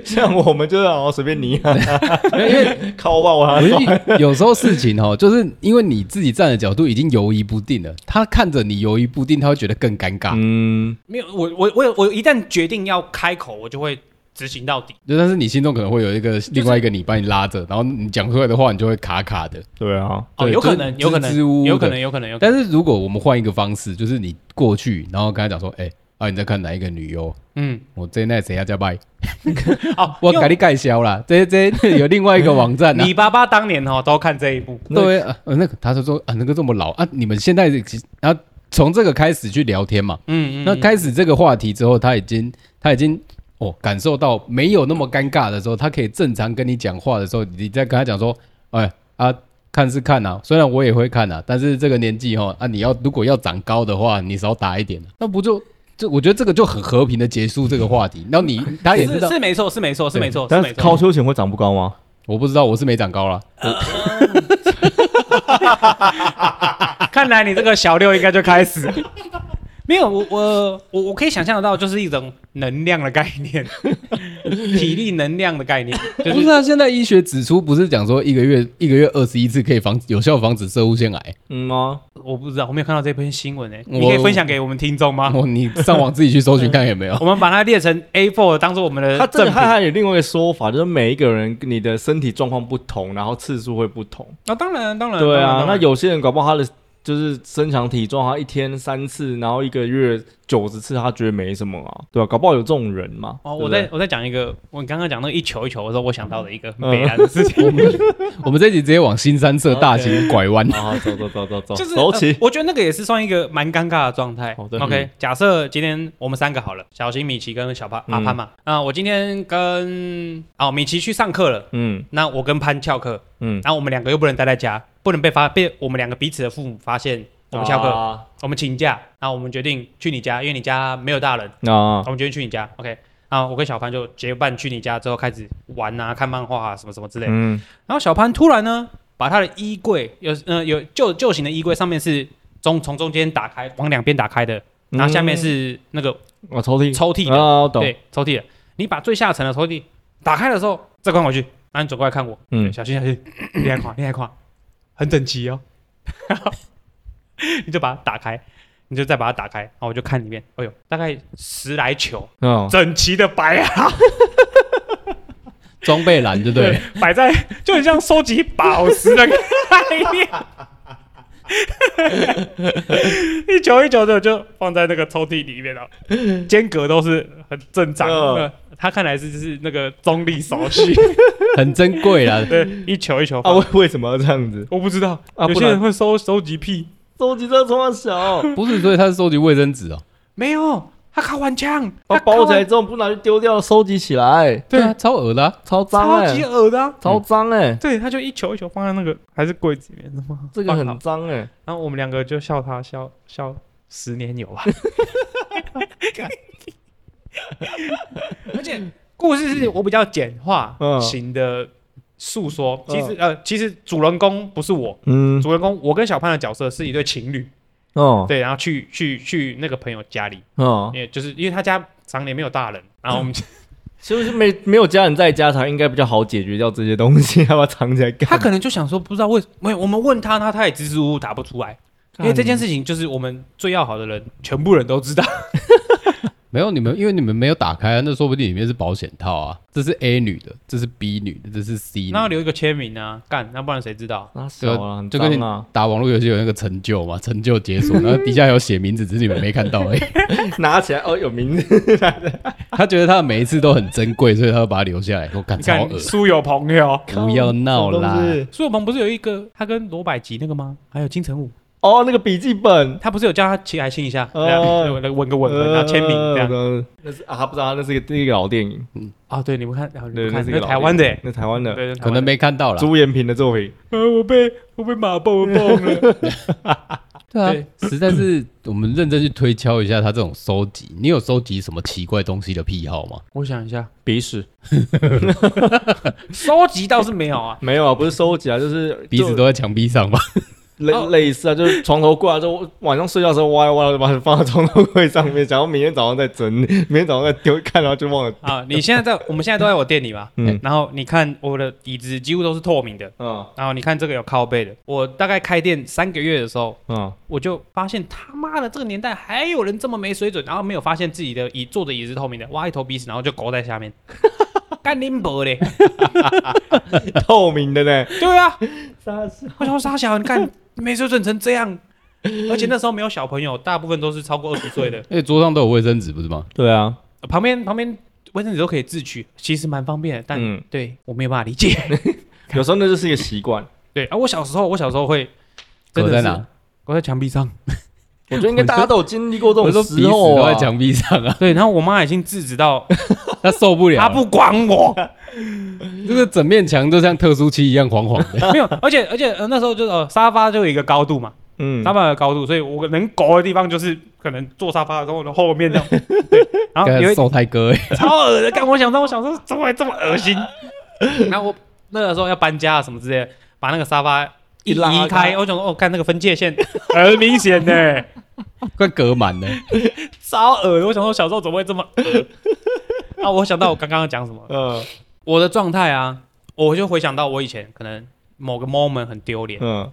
Speaker 1: 像我们就是好随便你啊，
Speaker 2: 没有 因为
Speaker 1: 靠爆
Speaker 2: 我
Speaker 1: 啊，
Speaker 2: 觉得有时候事情哦，就是因为你自己站的角度已经犹疑不定了，他看着你犹疑不定，他会觉得更尴尬。
Speaker 1: 嗯，
Speaker 3: 没有，我我我有我一旦决定要开口，我就会执行到底。
Speaker 2: 就但是你心中可能会有一个另外一个你把你拉着，然后你讲出来的话，你就会卡卡的。
Speaker 1: 对啊，
Speaker 3: 哦，
Speaker 2: 对
Speaker 3: 有可
Speaker 2: 就是
Speaker 3: 能，有可
Speaker 2: 支支吾吾的
Speaker 3: 能，有可能，有可能，有可
Speaker 2: 但
Speaker 3: 能。
Speaker 2: 是如果我们换一个方式，就是你过去，然后跟他讲说，哎、啊你在看哪一个女优？
Speaker 3: 嗯，
Speaker 2: 我这那谁要加拜？
Speaker 3: 哦，
Speaker 2: 我
Speaker 3: 因
Speaker 2: 给
Speaker 3: 为
Speaker 2: 你盖销啦，这这有另外一个网站啊
Speaker 3: 你。爸爸当年哦都看这一部，
Speaker 2: 对啊，呃那个他就说啊，那个这么老啊，你们现在其实啊，从这个开始去聊天嘛。
Speaker 3: 嗯嗯，
Speaker 2: 那开始这个话题之后，他已经他已经哦感受到没有那么尴尬的时候，他可以正常跟你讲话的时候，你再跟他讲说，哎啊看是看啊，虽然我也会看啊，但是这个年纪哦啊，你要如果要长高的话，你少打一点、啊，那不就这？我觉得这个就很和平的结束这个话题。然后你他也知
Speaker 3: 哎是
Speaker 2: 道，
Speaker 3: 是没错，是没错，是没错，是
Speaker 1: 但
Speaker 3: 没
Speaker 1: 是靠
Speaker 3: 错。
Speaker 1: 秋千会长不高吗？
Speaker 2: 我不知道我是没长高啦。
Speaker 3: 看来你这个小六应该就开始了。 没有，我我我我可以想象得到，就是一种能量的概 念，体力能量的概念，就
Speaker 2: 不
Speaker 3: 是
Speaker 2: 是啊，现在医学指出，不是讲说一个月一个月二十一次可以防有效防止射物腺癌。
Speaker 1: 嗯啊，
Speaker 3: 我不知道，我没有看到这篇新闻诶、欸
Speaker 2: 我
Speaker 3: 你可以分享给我们听众吗？
Speaker 2: 哦，你上网自己去搜寻看有 没有。
Speaker 3: 我们把它列成 A4 当做我们的
Speaker 1: 他这
Speaker 3: 正
Speaker 1: 个
Speaker 3: 品。
Speaker 1: 他还有另外一个说法，就是每一个人你的身体状况不同，然后次数会不同。
Speaker 3: 那、哦当然，当然，
Speaker 1: 对啊，
Speaker 3: 当然当然
Speaker 1: 那有些人搞不好他的就是身强体壮，他一天三次，然后一个月九十次，他觉得没什么啊，对吧、搞不好有这种人嘛。
Speaker 3: 哦，
Speaker 1: 对不
Speaker 3: 我
Speaker 1: 对
Speaker 3: 再我再讲一个，我刚刚讲那个一球一球的时候，我想到的一个
Speaker 1: 嗯
Speaker 3: 北兰的事情，
Speaker 2: 我们我们这集直接往新三社大型拐 弯。
Speaker 1: 好好走走走走走，
Speaker 3: 就是、
Speaker 1: 走
Speaker 3: 呃
Speaker 1: 起。
Speaker 3: 我觉得那个也是算一个蛮尴尬的状态。
Speaker 1: 好的
Speaker 3: o k
Speaker 1: 嗯
Speaker 3: 假设今天我们三个好了，小新、米奇跟小潘阿
Speaker 1: 嗯
Speaker 3: 潘嘛。啊，我今天跟哦米奇去上课了，
Speaker 1: 嗯
Speaker 3: 那我跟潘翘课，
Speaker 1: 嗯，
Speaker 3: 然后我们两个又不能待在家，不能被发被我们两个彼此的父母发现我们翘课，
Speaker 1: 啊
Speaker 3: 我们请假，然后我们决定去你家，因为你家没有大人，
Speaker 1: 啊
Speaker 3: 我们决定去你家，OK。然后我跟小潘就结伴去你家之后开始玩啊，看漫画啊，什么什么之类的。
Speaker 1: 嗯
Speaker 3: 然后小潘突然呢，把他的衣柜有呃有旧旧型的衣柜上面是中从中间打开，往两边打开的，然后下面是那个嗯
Speaker 1: 我嗯哦抽屉
Speaker 3: 抽屉的，
Speaker 1: 啊，嗯我懂。
Speaker 3: 对，抽屉的。你把最下层的抽屉打开的时候，再关回去，然后啊你转过来看我，
Speaker 1: 嗯
Speaker 3: 小心小心，你来看，你来看，很整齐哦。 你就把它打开，你就再把它打开，然后我就看里面，哎呦，大概十来球，
Speaker 1: 哦，
Speaker 3: 整齐的摆好，
Speaker 2: 装备栏，对不对？，
Speaker 3: 摆在就很像收集宝石的概念。 一球一球的就放在那个抽屉里面了，间隔都是很正常
Speaker 1: 嗯
Speaker 3: 的。他看来是就是那个中立手 续，
Speaker 2: 很珍贵啦。
Speaker 3: 对，一球一球
Speaker 1: 啊，
Speaker 3: 放。
Speaker 1: 为为什么要这样子？
Speaker 3: 我不知道，
Speaker 1: 啊
Speaker 3: 有
Speaker 1: 不
Speaker 3: 些人
Speaker 1: 然
Speaker 3: 会收收集屁，
Speaker 1: 收集车从 小，
Speaker 2: 不是，所以他是收集卫生纸哦。
Speaker 3: 没有，他靠玩枪，
Speaker 1: 把
Speaker 3: 他靠
Speaker 1: 哦包
Speaker 3: 玩
Speaker 1: 起来之后不拿去丢掉，收集起来，
Speaker 2: 对啊，超恶的啊。
Speaker 1: 超脏
Speaker 3: 超级
Speaker 1: 哎，
Speaker 3: 恶的、啊。
Speaker 1: 超脏哎，
Speaker 3: 对，他就一球一球放在那个还是柜子里面，然后
Speaker 1: 这个
Speaker 3: 放
Speaker 1: 很
Speaker 3: 嗯好
Speaker 1: 脏哎，
Speaker 3: 然后我们两个就笑他笑笑十年有啊。 而且故事是我比较简化
Speaker 1: 嗯
Speaker 3: 型的诉说，
Speaker 1: 嗯
Speaker 3: 其实呃，其实主人公不是我，
Speaker 1: 嗯，
Speaker 3: 主人公我跟小潘的角色是一对情侣，
Speaker 1: 哦
Speaker 3: 对，然后去去去那个朋友家里，
Speaker 1: 哦，
Speaker 3: 也就是因为他家常年没有大人，然 后我们就
Speaker 1: 就是没没有家人在家才应该比较好解决掉这些东西， 要把它藏起来干
Speaker 3: 他
Speaker 1: 嘛？
Speaker 3: 可能就想说，不知道为什么，没有我们问他，他他也支支吾吾答不出来，因为这件事情就是我们最要好的人，全部人都知道。
Speaker 2: 没有你们，因为你们没有打开啊，那说不定里面是保险套啊。这是 A 女的，这是 B 女的，这是 C 女
Speaker 3: 那要
Speaker 2: 的。
Speaker 3: 留一个签名啊，干，那不然谁知 道？
Speaker 1: 啊，小啊，很
Speaker 2: 就跟你
Speaker 1: 脏啊，
Speaker 2: 打网络游戏有那个成就嘛，成就解 锁，然后底下有写名字，只是你们没看到而已。
Speaker 1: 拿起来哦，有 名字，
Speaker 2: 他觉得他的每一次都很珍贵，所以他要把它留下来。我感
Speaker 3: 你
Speaker 2: 超
Speaker 3: 看
Speaker 2: 恶，
Speaker 3: 苏有朋友，
Speaker 2: 不要闹
Speaker 1: 什！
Speaker 2: 啦
Speaker 1: 么东西
Speaker 3: 苏有朋不是有一个他跟罗百吉那个吗？还有金城武，
Speaker 1: 哦，那个笔记本，
Speaker 3: 他不是有叫他亲来亲一下，
Speaker 1: 哦
Speaker 3: 这样那个吻个吻痕，然后签名这样
Speaker 1: 样。那是啊，不知道，那是一个那一个老电影，
Speaker 3: 啊？对，你们看，啊你
Speaker 1: 对，
Speaker 3: 们看，
Speaker 1: 是一
Speaker 3: 那
Speaker 1: 个
Speaker 3: 是
Speaker 1: 老
Speaker 3: 台湾的
Speaker 1: 电影，，
Speaker 3: 欸
Speaker 1: 那台湾的，
Speaker 3: 对，那是
Speaker 2: 可
Speaker 3: 台湾的
Speaker 2: 能没看到啦。
Speaker 1: 朱延平的作品。
Speaker 3: 呃，我被我被马蹦蹦了，
Speaker 2: 对啊
Speaker 3: 对，
Speaker 2: 实在是我们认真去推敲一下他这种收集。你有收集什么奇怪东西的癖好吗？
Speaker 3: 我想一下，
Speaker 1: 鼻屎
Speaker 3: 收集倒是没有啊，
Speaker 1: 没有啊，不是收集啊，就是
Speaker 2: 鼻子
Speaker 1: 就
Speaker 2: 都在墙壁上 吧？
Speaker 3: 哦
Speaker 1: 类类似啊，就是床头柜啊，就晚上睡觉的时候挖一挖，就把它放到床头柜上面，想要明天早上再整理，明天早上再丢，看然后就忘了。
Speaker 3: 啊，你现在在，我们现在都在我店里吧？
Speaker 1: 嗯
Speaker 3: 然后你看我的椅子几乎都是透明的，
Speaker 1: 嗯
Speaker 3: 然后你看这个有靠背的。我大概开店三个月的时候，
Speaker 1: 嗯，
Speaker 3: 我就发现他妈的这个年代还有人这么没水准，然后没有发现自己的椅坐的椅子是透明的，挖一头鼻屎，然后就勾 在下面。干拎伯嘞，
Speaker 1: 透明的呢，
Speaker 3: 对啊，
Speaker 1: 傻笑
Speaker 3: 我想傻小，你看没水准成这样，而且那时候没有小朋友，大部分都是超过二 十岁的，
Speaker 2: 而且哎桌上都有卫生纸，不是吗？
Speaker 1: 对啊，
Speaker 3: 呃旁边旁边卫生纸都可以自取，其实蛮方便的，但、
Speaker 1: 嗯
Speaker 3: 对我没有办法理解。
Speaker 1: 有时候那就是一个习惯。
Speaker 3: 对啊，我小时候我小时候会真
Speaker 2: 狗在
Speaker 3: 的是
Speaker 2: 哪？
Speaker 3: 勾在墙壁上，
Speaker 1: 我觉得应该大家都有经历过这
Speaker 2: 我说
Speaker 1: 种
Speaker 2: 鼻屎
Speaker 1: 时候
Speaker 2: 都
Speaker 1: 啊
Speaker 2: 在。墙壁上 啊，
Speaker 3: 对，然后我妈已经制止到
Speaker 2: 他受不了
Speaker 3: 她
Speaker 2: 了。
Speaker 3: 不管我，
Speaker 2: 这个整面墙就像特殊漆一样黄黄 的。
Speaker 3: 没有，而且而且、呃、那时候就是、呃、沙发就有一个高度嘛，
Speaker 1: 嗯
Speaker 3: 沙，发有高度，所以我能勾的地方就是可能坐沙发的时候我的后面 这样，对，然后
Speaker 2: 刚
Speaker 3: 有
Speaker 2: 才
Speaker 3: 一
Speaker 2: 瘦太哥欸，
Speaker 3: 超恶的，干我想到我想说怎么会这么恶心，然后我 那个时候要搬家啊什么之类的，把那个沙发一
Speaker 1: 一拉
Speaker 3: 移开，
Speaker 1: 开
Speaker 3: 我想说哦，看那个分界线 很明显呢，
Speaker 2: 快隔满 了。
Speaker 3: 超恶的，我想说小时候怎么会这么恶，啊，我想到我刚刚要讲什么，
Speaker 1: 嗯
Speaker 3: 我的状态啊，我就回想到我以前可能某个 moment 很丢脸。
Speaker 1: 嗯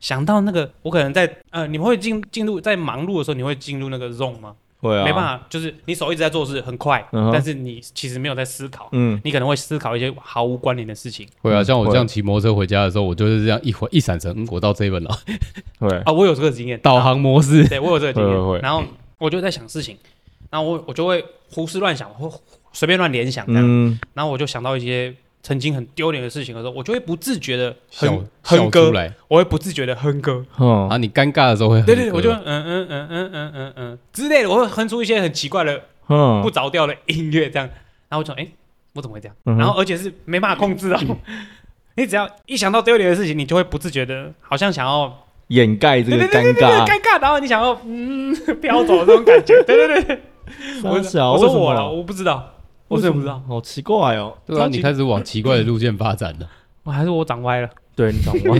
Speaker 3: 想到那个，我可能在呃，你们会进进入在忙碌的时候，你会进入那个 zone 吗？
Speaker 1: 会啊，
Speaker 3: 没
Speaker 1: 法，
Speaker 3: 办法，就是你手一直在做事，很快，
Speaker 1: 嗯哼
Speaker 3: 但是你其实没有在思考，
Speaker 1: 嗯，
Speaker 3: 你可能会思考一些毫无关联的事情
Speaker 2: 会啊，
Speaker 1: 嗯
Speaker 2: 像我
Speaker 1: 会
Speaker 2: 这样骑摩托车回家的时候，我就是这样一回一闪神，嗯，我到这一本了，
Speaker 1: 会，
Speaker 3: 啊。我有这个经验，
Speaker 2: 导航模式。
Speaker 3: 对我有这个经
Speaker 1: 会会会
Speaker 3: 验，然后我就在想事情，然后我我就会胡思乱想，或随便乱联想这样，
Speaker 1: 嗯，
Speaker 3: 然后我就想到一些曾经很丢脸的事情的时候，我就会不自觉的
Speaker 2: 笑
Speaker 3: 哼
Speaker 2: 笑
Speaker 3: 哼
Speaker 2: 出
Speaker 3: 歌，
Speaker 2: 来
Speaker 3: 我会不自觉的哼歌，
Speaker 1: 哦
Speaker 2: 啊！你尴尬的时候会哼啊
Speaker 3: 对对，
Speaker 2: 歌
Speaker 3: 我就嗯嗯嗯嗯嗯嗯嗯之类的，我会哼出一些很奇怪的
Speaker 1: 嗯
Speaker 3: 不着调的音乐，这样，然后我就哎、诶我怎么会这样？
Speaker 1: 嗯哼
Speaker 3: 然后而且是没办法 控制哦，你只要一想到丢脸的事情，你就会不自觉的，好像想要
Speaker 1: 掩盖这
Speaker 3: 对
Speaker 1: 个
Speaker 3: 对对
Speaker 1: 尴
Speaker 3: 对对对
Speaker 1: 尬，
Speaker 3: 尴尬，然后你想要嗯 飘走这种感觉，对对对，我
Speaker 1: 傻小，
Speaker 3: 我
Speaker 1: 为
Speaker 3: 说
Speaker 1: 什么
Speaker 3: 我了，我不知道，我真的不知道，，
Speaker 1: 好奇怪哦。
Speaker 2: 对啊，
Speaker 3: 超级
Speaker 2: 你开始往奇怪的路线发展了。
Speaker 3: 我还是我长歪了，
Speaker 1: 对你懂吗？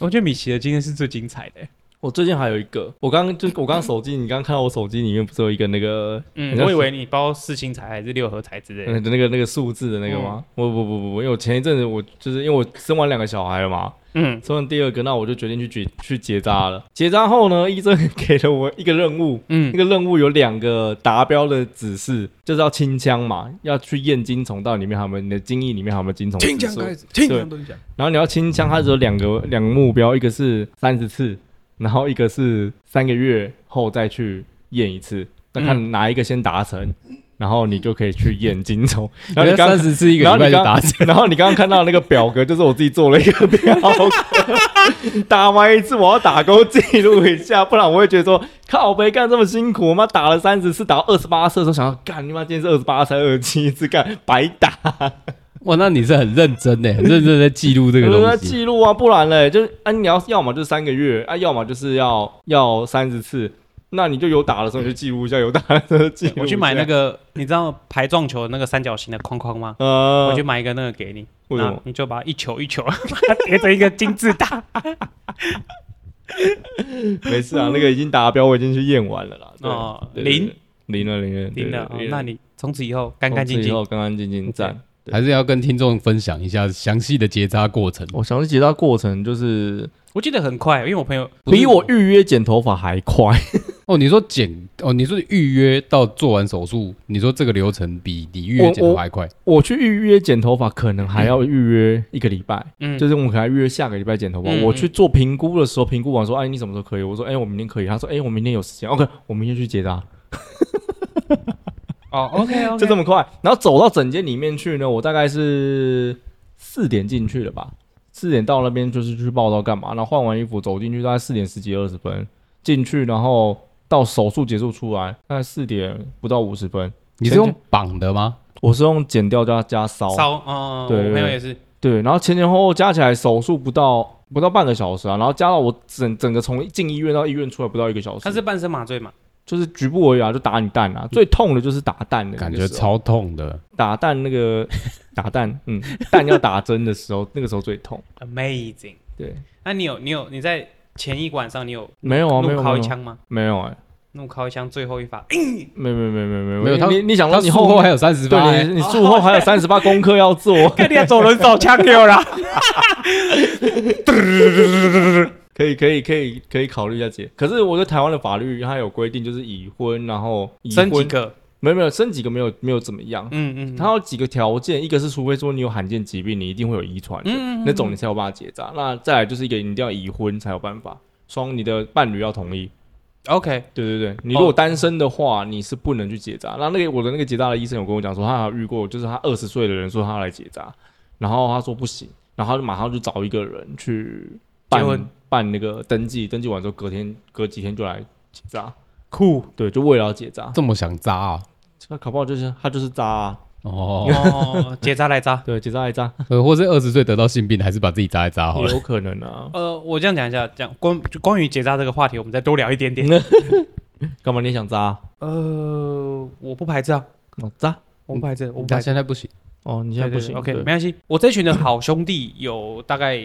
Speaker 3: 我觉得米奇的今天是最精彩的、
Speaker 1: 我最近还有一个，我刚刚就我刚刚手机，你刚刚看到我手机里面不是有一个那个，
Speaker 3: 嗯
Speaker 1: 很，像
Speaker 3: 我以为你包四星彩还是六合彩之类
Speaker 1: 嗯
Speaker 3: 的，
Speaker 2: 嗯
Speaker 1: 那个那个数字的那个吗？不不不不不，因为我前一阵子我就是因为我生完两个小孩了嘛，
Speaker 3: 嗯，
Speaker 1: 抽完第二个，那我就决定去结去结扎了。结扎后呢，医生给了我一个任务，
Speaker 3: 嗯
Speaker 1: 那个任务有两个达标的指示，就是要清腔嘛，要去验精虫到里面还有没有你的精液里面还有没有精虫指数，
Speaker 2: 始，清
Speaker 1: 腔
Speaker 2: 都讲。
Speaker 1: 然后你要清腔，它只有两个两个目标，一个是三十次，然后一个是三个月后再去验一次，那看哪一个先达成，然后你就可以去验精虫。然后你刚
Speaker 2: 三十次一个礼拜就达 成，
Speaker 1: 然后你刚刚看到那个表格，就是我自己做了一个表格， 打完一次我要打勾记录一下，不然我会觉得说靠北干这么辛苦，我妈打了三十次，打到二十八次的时候，想要干你妈今天是二十八才二十七次，干白打。
Speaker 2: 哇，那你是很认真欸呢，很认真在记录这 个
Speaker 1: 有人在
Speaker 2: 东西。
Speaker 1: 记录啊，不然嘞，就是啊，你要要么就是三个月啊，要么就是要要三十次。那你就有打的时候你就记录一下，有打的时候记录一下。
Speaker 3: 我去买那个，你知道排撞球的那个三角形的框框吗？
Speaker 1: 呃，
Speaker 3: 我去买一个那个给你，
Speaker 1: 为什么
Speaker 3: 那你就把它一球一球 把它叠成一个金字塔。
Speaker 1: 没事啊，那个已经达标，我已经去验完了啦。 对
Speaker 3: 嗯哦
Speaker 1: 对对
Speaker 3: 零
Speaker 1: 对零了零了
Speaker 3: 真的，哦
Speaker 1: 对对
Speaker 3: 那你从此以后干干净
Speaker 1: 从此以
Speaker 3: 净。
Speaker 1: 后干干净净赞。对
Speaker 2: 还是要跟听众分享一下详细的结扎过程。
Speaker 1: 我详细解答过程就是
Speaker 3: 我记得很快，因为我朋友
Speaker 2: 不是
Speaker 1: 比我预约剪头发还快，
Speaker 2: 哦，你说剪哦，你说预约到做完手术，你说这个流程比你预约剪头还快，
Speaker 1: 我去预约剪头发可能还要预约一个礼拜，
Speaker 3: 嗯
Speaker 1: 就是我们可能还预约下个礼拜剪头发。
Speaker 3: 嗯
Speaker 1: 我去做评估的时候，评估完说，哎，你什么时候可以？我说，哎，我明天可以。他说，哎，我明天有时间。OK，我明天去结扎，
Speaker 3: 哦，OK
Speaker 1: 就
Speaker 3: OK，
Speaker 1: 这么快。然后走到整间里面去呢，我大概是四点进去了吧，四点到那边就是去报道干嘛，然后换完衣服走进去，大概四点十几二十分进去，然后到手术结束出来，大概四点不到五十分。
Speaker 2: 你是用绑的吗？
Speaker 1: 我是用剪掉加加烧，
Speaker 3: 烧哦，我
Speaker 1: 对对
Speaker 3: 朋友
Speaker 1: 对
Speaker 3: 也是，
Speaker 1: 对，然后前前后后加起来手术不到不到半个小时啊，然后加到我整整个从进医院到医院出来不到一个小时，
Speaker 3: 他是半身麻醉嘛，
Speaker 1: 就是局部而已啊，就打你蛋啊，最痛的就是打蛋的那个时候，
Speaker 2: 感觉超痛的。
Speaker 1: 打蛋那个打蛋，嗯，蛋要打针的时候，那个时候最痛。
Speaker 3: amazing。
Speaker 1: 对，
Speaker 3: 那你有你有你在前一晚上你有
Speaker 1: 没有啊，没
Speaker 3: 怒
Speaker 1: 有没
Speaker 3: 敲一
Speaker 1: 有哎
Speaker 3: 枪吗？
Speaker 1: 没有哎、
Speaker 3: 怒敲一枪最后一 发，
Speaker 1: 没有没有没有没有没有
Speaker 2: 没有他
Speaker 1: 你你想到
Speaker 2: 他
Speaker 1: 你
Speaker 2: 术后还
Speaker 1: 有
Speaker 2: 有三十八，哎
Speaker 1: 对你你术后还有三十八功课要 做，
Speaker 3: 看你要走人手枪掉 啦。
Speaker 1: 可以可以可以可以考虑一下姐。可是我觉得台湾的法律它有规定，就是已婚然后已
Speaker 3: 生几
Speaker 1: 婚
Speaker 3: 个？
Speaker 1: 没有没有生几个没有没有怎么样，
Speaker 3: 嗯嗯，
Speaker 1: 它有几个条件，一个是除非说你有罕见疾病，你一定会有遗传的、
Speaker 3: 嗯嗯嗯
Speaker 1: 那种，你才有办法结扎。那再来就是一个你一定要已婚才有办法，双你的伴侣要同意。
Speaker 3: OK，
Speaker 1: 对对对，你
Speaker 3: 哦
Speaker 1: 如果单身的话，你是不能去结扎。那那个我的那个结扎的医生有跟我讲说，他还有遇过，就是他二十岁的人说他要来结扎，然后他说不行，然后他就马上就找一个人去办
Speaker 3: 结婚
Speaker 1: 办那个登记，登记完之后隔天隔几天就来结扎，
Speaker 3: 酷
Speaker 1: 对，就为了要结扎。
Speaker 2: 这么想扎啊？
Speaker 1: 那搞不好就是他就是渣、啊，
Speaker 2: 哦，
Speaker 3: 哦，结扎来扎。
Speaker 1: 对，结扎来扎，
Speaker 2: 呃，或是二十岁得到性病，还是把自己扎一扎好了。
Speaker 1: 有可能啊。
Speaker 3: 呃，我这样讲一下，讲关关于结扎这个话题，我们再多聊一点点。
Speaker 1: 干嘛你也想扎、啊？
Speaker 3: 呃，我不排斥啊，
Speaker 1: 哦，扎
Speaker 3: 我不排斥，我不
Speaker 2: 他
Speaker 3: 排斥。
Speaker 2: 现在不行，
Speaker 1: 哦，嗯你现在
Speaker 3: 对
Speaker 1: 不
Speaker 3: 对
Speaker 1: 行
Speaker 3: 对，OK，
Speaker 1: 对
Speaker 3: 没关系。我这群的好兄弟有大概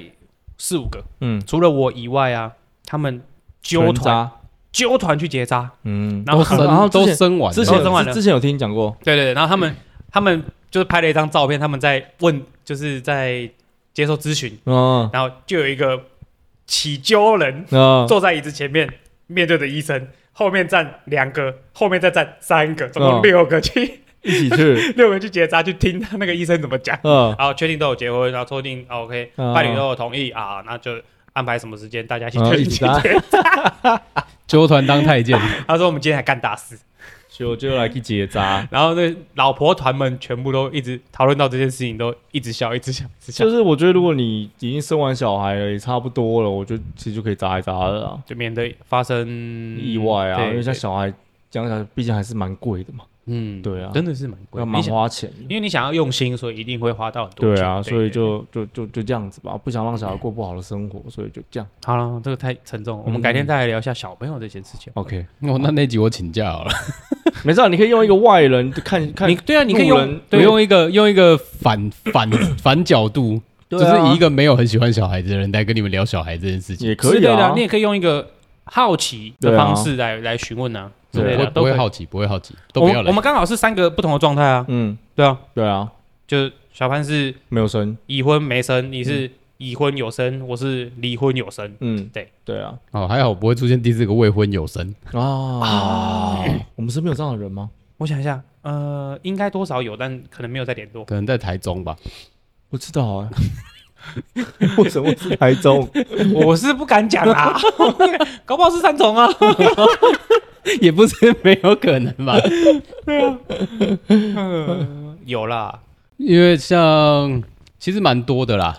Speaker 3: 四五个，
Speaker 1: 嗯，
Speaker 3: 除了我以外啊，他们纠
Speaker 1: 全
Speaker 3: 团
Speaker 1: 扎，
Speaker 3: 纠团去结扎，
Speaker 1: 嗯，
Speaker 3: 然后他
Speaker 2: 生
Speaker 3: 们
Speaker 1: 然后之
Speaker 2: 都
Speaker 1: 前
Speaker 2: 生完了，
Speaker 1: 之
Speaker 3: 然
Speaker 1: 前
Speaker 3: 哦后生完
Speaker 1: 之
Speaker 3: 了
Speaker 1: 之前有听你讲过，
Speaker 3: 对对，对然后 他们他们就是拍了一张照片，他们在问，就是在接受咨询，
Speaker 1: 嗯
Speaker 3: 然后就有一个起揪人
Speaker 1: 嗯，
Speaker 3: 坐在椅子前面，面对着医生，后面站两个，后面再站三个，总共
Speaker 1: 嗯
Speaker 3: 六个去、
Speaker 1: 一起去，
Speaker 3: 六个去结扎，去听他那个医生怎么讲，
Speaker 1: 嗯
Speaker 3: 然后确定都有结婚，然后确定、哦 OK，、
Speaker 1: 嗯
Speaker 3: 伴侣都有同意啊，那就安排什么时间大家 一起
Speaker 1: 嗯
Speaker 3: 去
Speaker 1: 一起
Speaker 3: 结
Speaker 1: 扎
Speaker 3: 扎。
Speaker 2: 纠团当太监，
Speaker 3: 他说我们今天还干大事，
Speaker 1: 就就来去结扎。
Speaker 3: 然后那老婆团们全部都一直讨论到这件事情，都一直笑，一直笑，一直 笑
Speaker 1: 就，是我觉得，如果你已经生完小孩了，也差不多了，我就其实就可以扎一扎了啦。
Speaker 3: 就免得发生
Speaker 1: 意外啊，
Speaker 3: 嗯对
Speaker 1: 因为像
Speaker 3: 对
Speaker 1: 小孩讲起来，毕竟还是蛮贵的嘛，
Speaker 3: 嗯，
Speaker 1: 对啊
Speaker 3: 真的是蛮贵
Speaker 1: 要
Speaker 3: 的，
Speaker 1: 蛮
Speaker 3: 你想
Speaker 1: 花钱的。
Speaker 3: 因为你想要用心，所以一定会花到很多钱。
Speaker 1: 对啊，所以就就就就这样子吧，不想让小孩过不好的生活，所以就这样。
Speaker 3: 好了，这个太沉重了，
Speaker 1: 嗯
Speaker 3: 我们改天再来聊一下小朋友这件事情。
Speaker 1: OK，
Speaker 2: 哦，那那集我请假好了，
Speaker 1: 没事啊，你可以用一个外人看看
Speaker 3: 你，对啊，你可以
Speaker 1: 路
Speaker 3: 用
Speaker 1: 人
Speaker 2: 我
Speaker 3: 对
Speaker 2: 用一个用一个反反反角度，就
Speaker 1: 对啊
Speaker 2: 是以一个没有很喜欢小孩子的人来跟你们聊小孩这件事情，
Speaker 1: 也可
Speaker 3: 之
Speaker 1: 以
Speaker 3: 类的啊
Speaker 1: 啊，
Speaker 3: 你也可以用一个好奇的方式来来询问啊，之
Speaker 2: 不
Speaker 3: 类
Speaker 2: 会
Speaker 3: 的
Speaker 2: 不
Speaker 3: 都
Speaker 2: 会
Speaker 3: 可以。
Speaker 2: 好奇，不会好奇，都
Speaker 3: 我
Speaker 2: 不要
Speaker 3: 们我
Speaker 2: 来。
Speaker 3: 们刚好是三个不同的状态啊，
Speaker 1: 嗯，
Speaker 3: 对啊，
Speaker 1: 对啊，
Speaker 3: 就是小潘是
Speaker 1: 没有生，
Speaker 3: 已婚没生，你是已婚有生，我是离婚有生。
Speaker 1: 嗯，
Speaker 3: 对
Speaker 1: 对啊，
Speaker 2: 哦，还好不会出现第四个未婚有生。
Speaker 1: 啊，我们身边有这样的人吗？
Speaker 3: 我想一下，呃，应该多少有，但可能没有再联络。
Speaker 2: 可能在台中吧，
Speaker 1: 不知道啊， 为什么是台中？
Speaker 3: 我是不敢讲 啦，搞不好是三重啊。
Speaker 2: 也不是没有可能吧。
Speaker 3: 嗯， 有啦，
Speaker 2: 因为像其实蛮多的啦，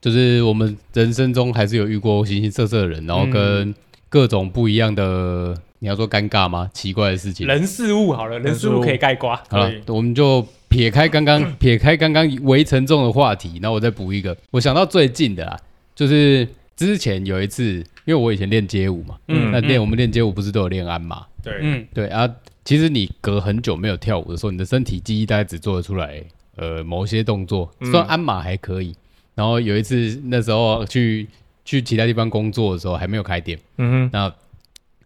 Speaker 2: 就是我们人生中还是有遇过形形色色的人，然后跟各种不一样的，你要说尴尬吗？奇怪的事情。
Speaker 3: 人事物好了，人事
Speaker 1: 人事
Speaker 3: 物
Speaker 1: 物
Speaker 3: 可以盖瓜。
Speaker 2: 好了
Speaker 1: 对，
Speaker 2: 我们就撇开 刚刚撇开刚刚围城中的话题，然后我再补一个，我想到最近的啦，就是之前有一次，因为我以前练街舞嘛，
Speaker 1: 嗯
Speaker 2: 那练我们练街舞不是都有练鞍马？
Speaker 1: 对，
Speaker 3: 嗯，
Speaker 2: 对啊，其实你隔很久没有跳舞的时候，你的身体记忆大概只做得出来呃某些动作，
Speaker 1: 嗯
Speaker 2: 虽然鞍马还可以。然后有一次那时候去去其他地方工作的时候还没有开店，
Speaker 1: 嗯哼，
Speaker 2: 那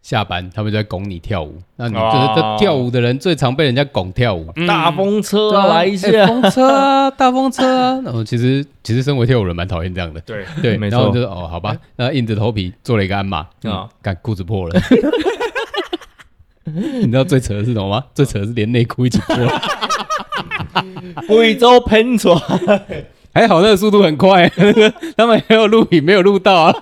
Speaker 2: 下班他们就在拱你跳舞，那你就是
Speaker 1: 哦
Speaker 2: 这跳舞的人最常被人家拱跳舞。
Speaker 3: 嗯
Speaker 1: 大风车
Speaker 2: 对
Speaker 1: 啊
Speaker 2: 啊
Speaker 1: 来一
Speaker 2: 哎
Speaker 1: 下，
Speaker 2: 风车 啊，大风车啊。然后其实其实身为跳舞人蛮讨厌这样的，
Speaker 1: 对
Speaker 2: 对，
Speaker 1: 没
Speaker 2: 然后
Speaker 1: 错
Speaker 2: 就，是哦，好吧，那硬着头皮做了一个鞍马
Speaker 1: 啊
Speaker 2: 啊，干裤子破了。 你知道最扯的是什么吗？最扯的是连内裤一起破了。
Speaker 1: 贵州喷出来，
Speaker 2: 还好那个速度很快， 那个他们没有录影，没有录到啊。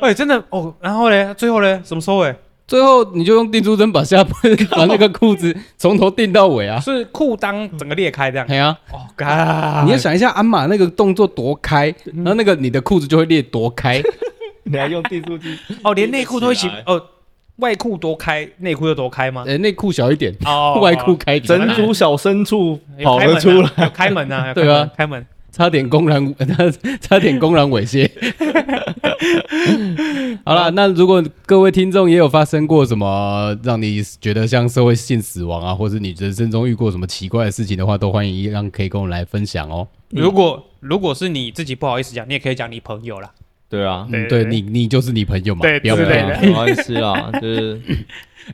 Speaker 3: 哎，真的哦。然后嘞，最后嘞，什么收欸尾？
Speaker 2: 最后你就用订书针把 下把那个裤子从头订到尾啊。
Speaker 3: 是裤裆整个裂开这样
Speaker 2: 哎。呀、
Speaker 3: 哦，嘎，
Speaker 2: 你要想一下鞍马那个动作多开，然后那个你的裤子就会裂多 开。
Speaker 1: 你还用订书机？
Speaker 3: 哦，连内裤都一起
Speaker 1: 立得起
Speaker 3: 哦，外裤多开，内裤又多开 吗？
Speaker 2: 呃，内裤小一点，
Speaker 3: 哦，
Speaker 2: 外裤开一点
Speaker 1: 珍珠小牲畜
Speaker 3: 有
Speaker 1: 跑
Speaker 3: 开
Speaker 1: 了
Speaker 3: 门
Speaker 1: 出来，
Speaker 3: 啊，有开门啊，有开门
Speaker 2: 对啊
Speaker 3: 开门。
Speaker 2: 差点公然， 差点公然猥亵。 好了，那如果各位听众也有发生过什么让你觉得像社会性死亡啊，或是你人生中遇过什么奇怪的事情的话，都欢迎让可以跟我们来分享哦。
Speaker 3: 如果如果是你自己不好意思讲，你也可以讲你朋友啦。
Speaker 1: 对啊，
Speaker 2: 嗯，对
Speaker 3: 对
Speaker 2: 你，你就是你朋友嘛，
Speaker 3: 对
Speaker 2: 不要
Speaker 3: 之
Speaker 2: 不
Speaker 3: 类
Speaker 2: 要
Speaker 3: 的。
Speaker 1: 没关系啦，就是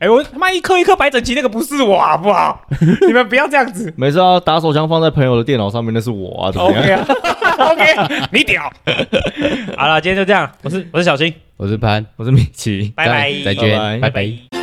Speaker 3: 哎，我他妈一颗一颗摆整齐，那个不是我好不好？ 你们不要这样子。
Speaker 1: 每次要打手枪放在朋友的电脑上面，那是我啊，怎么
Speaker 3: OK
Speaker 1: 样？
Speaker 3: 啊 ，OK，你屌。好了，今天就这样，我是我是小新，
Speaker 2: 我是潘，
Speaker 1: 我是米奇，
Speaker 3: 拜拜，
Speaker 1: 拜
Speaker 2: 再见，
Speaker 1: 拜
Speaker 2: 拜拜。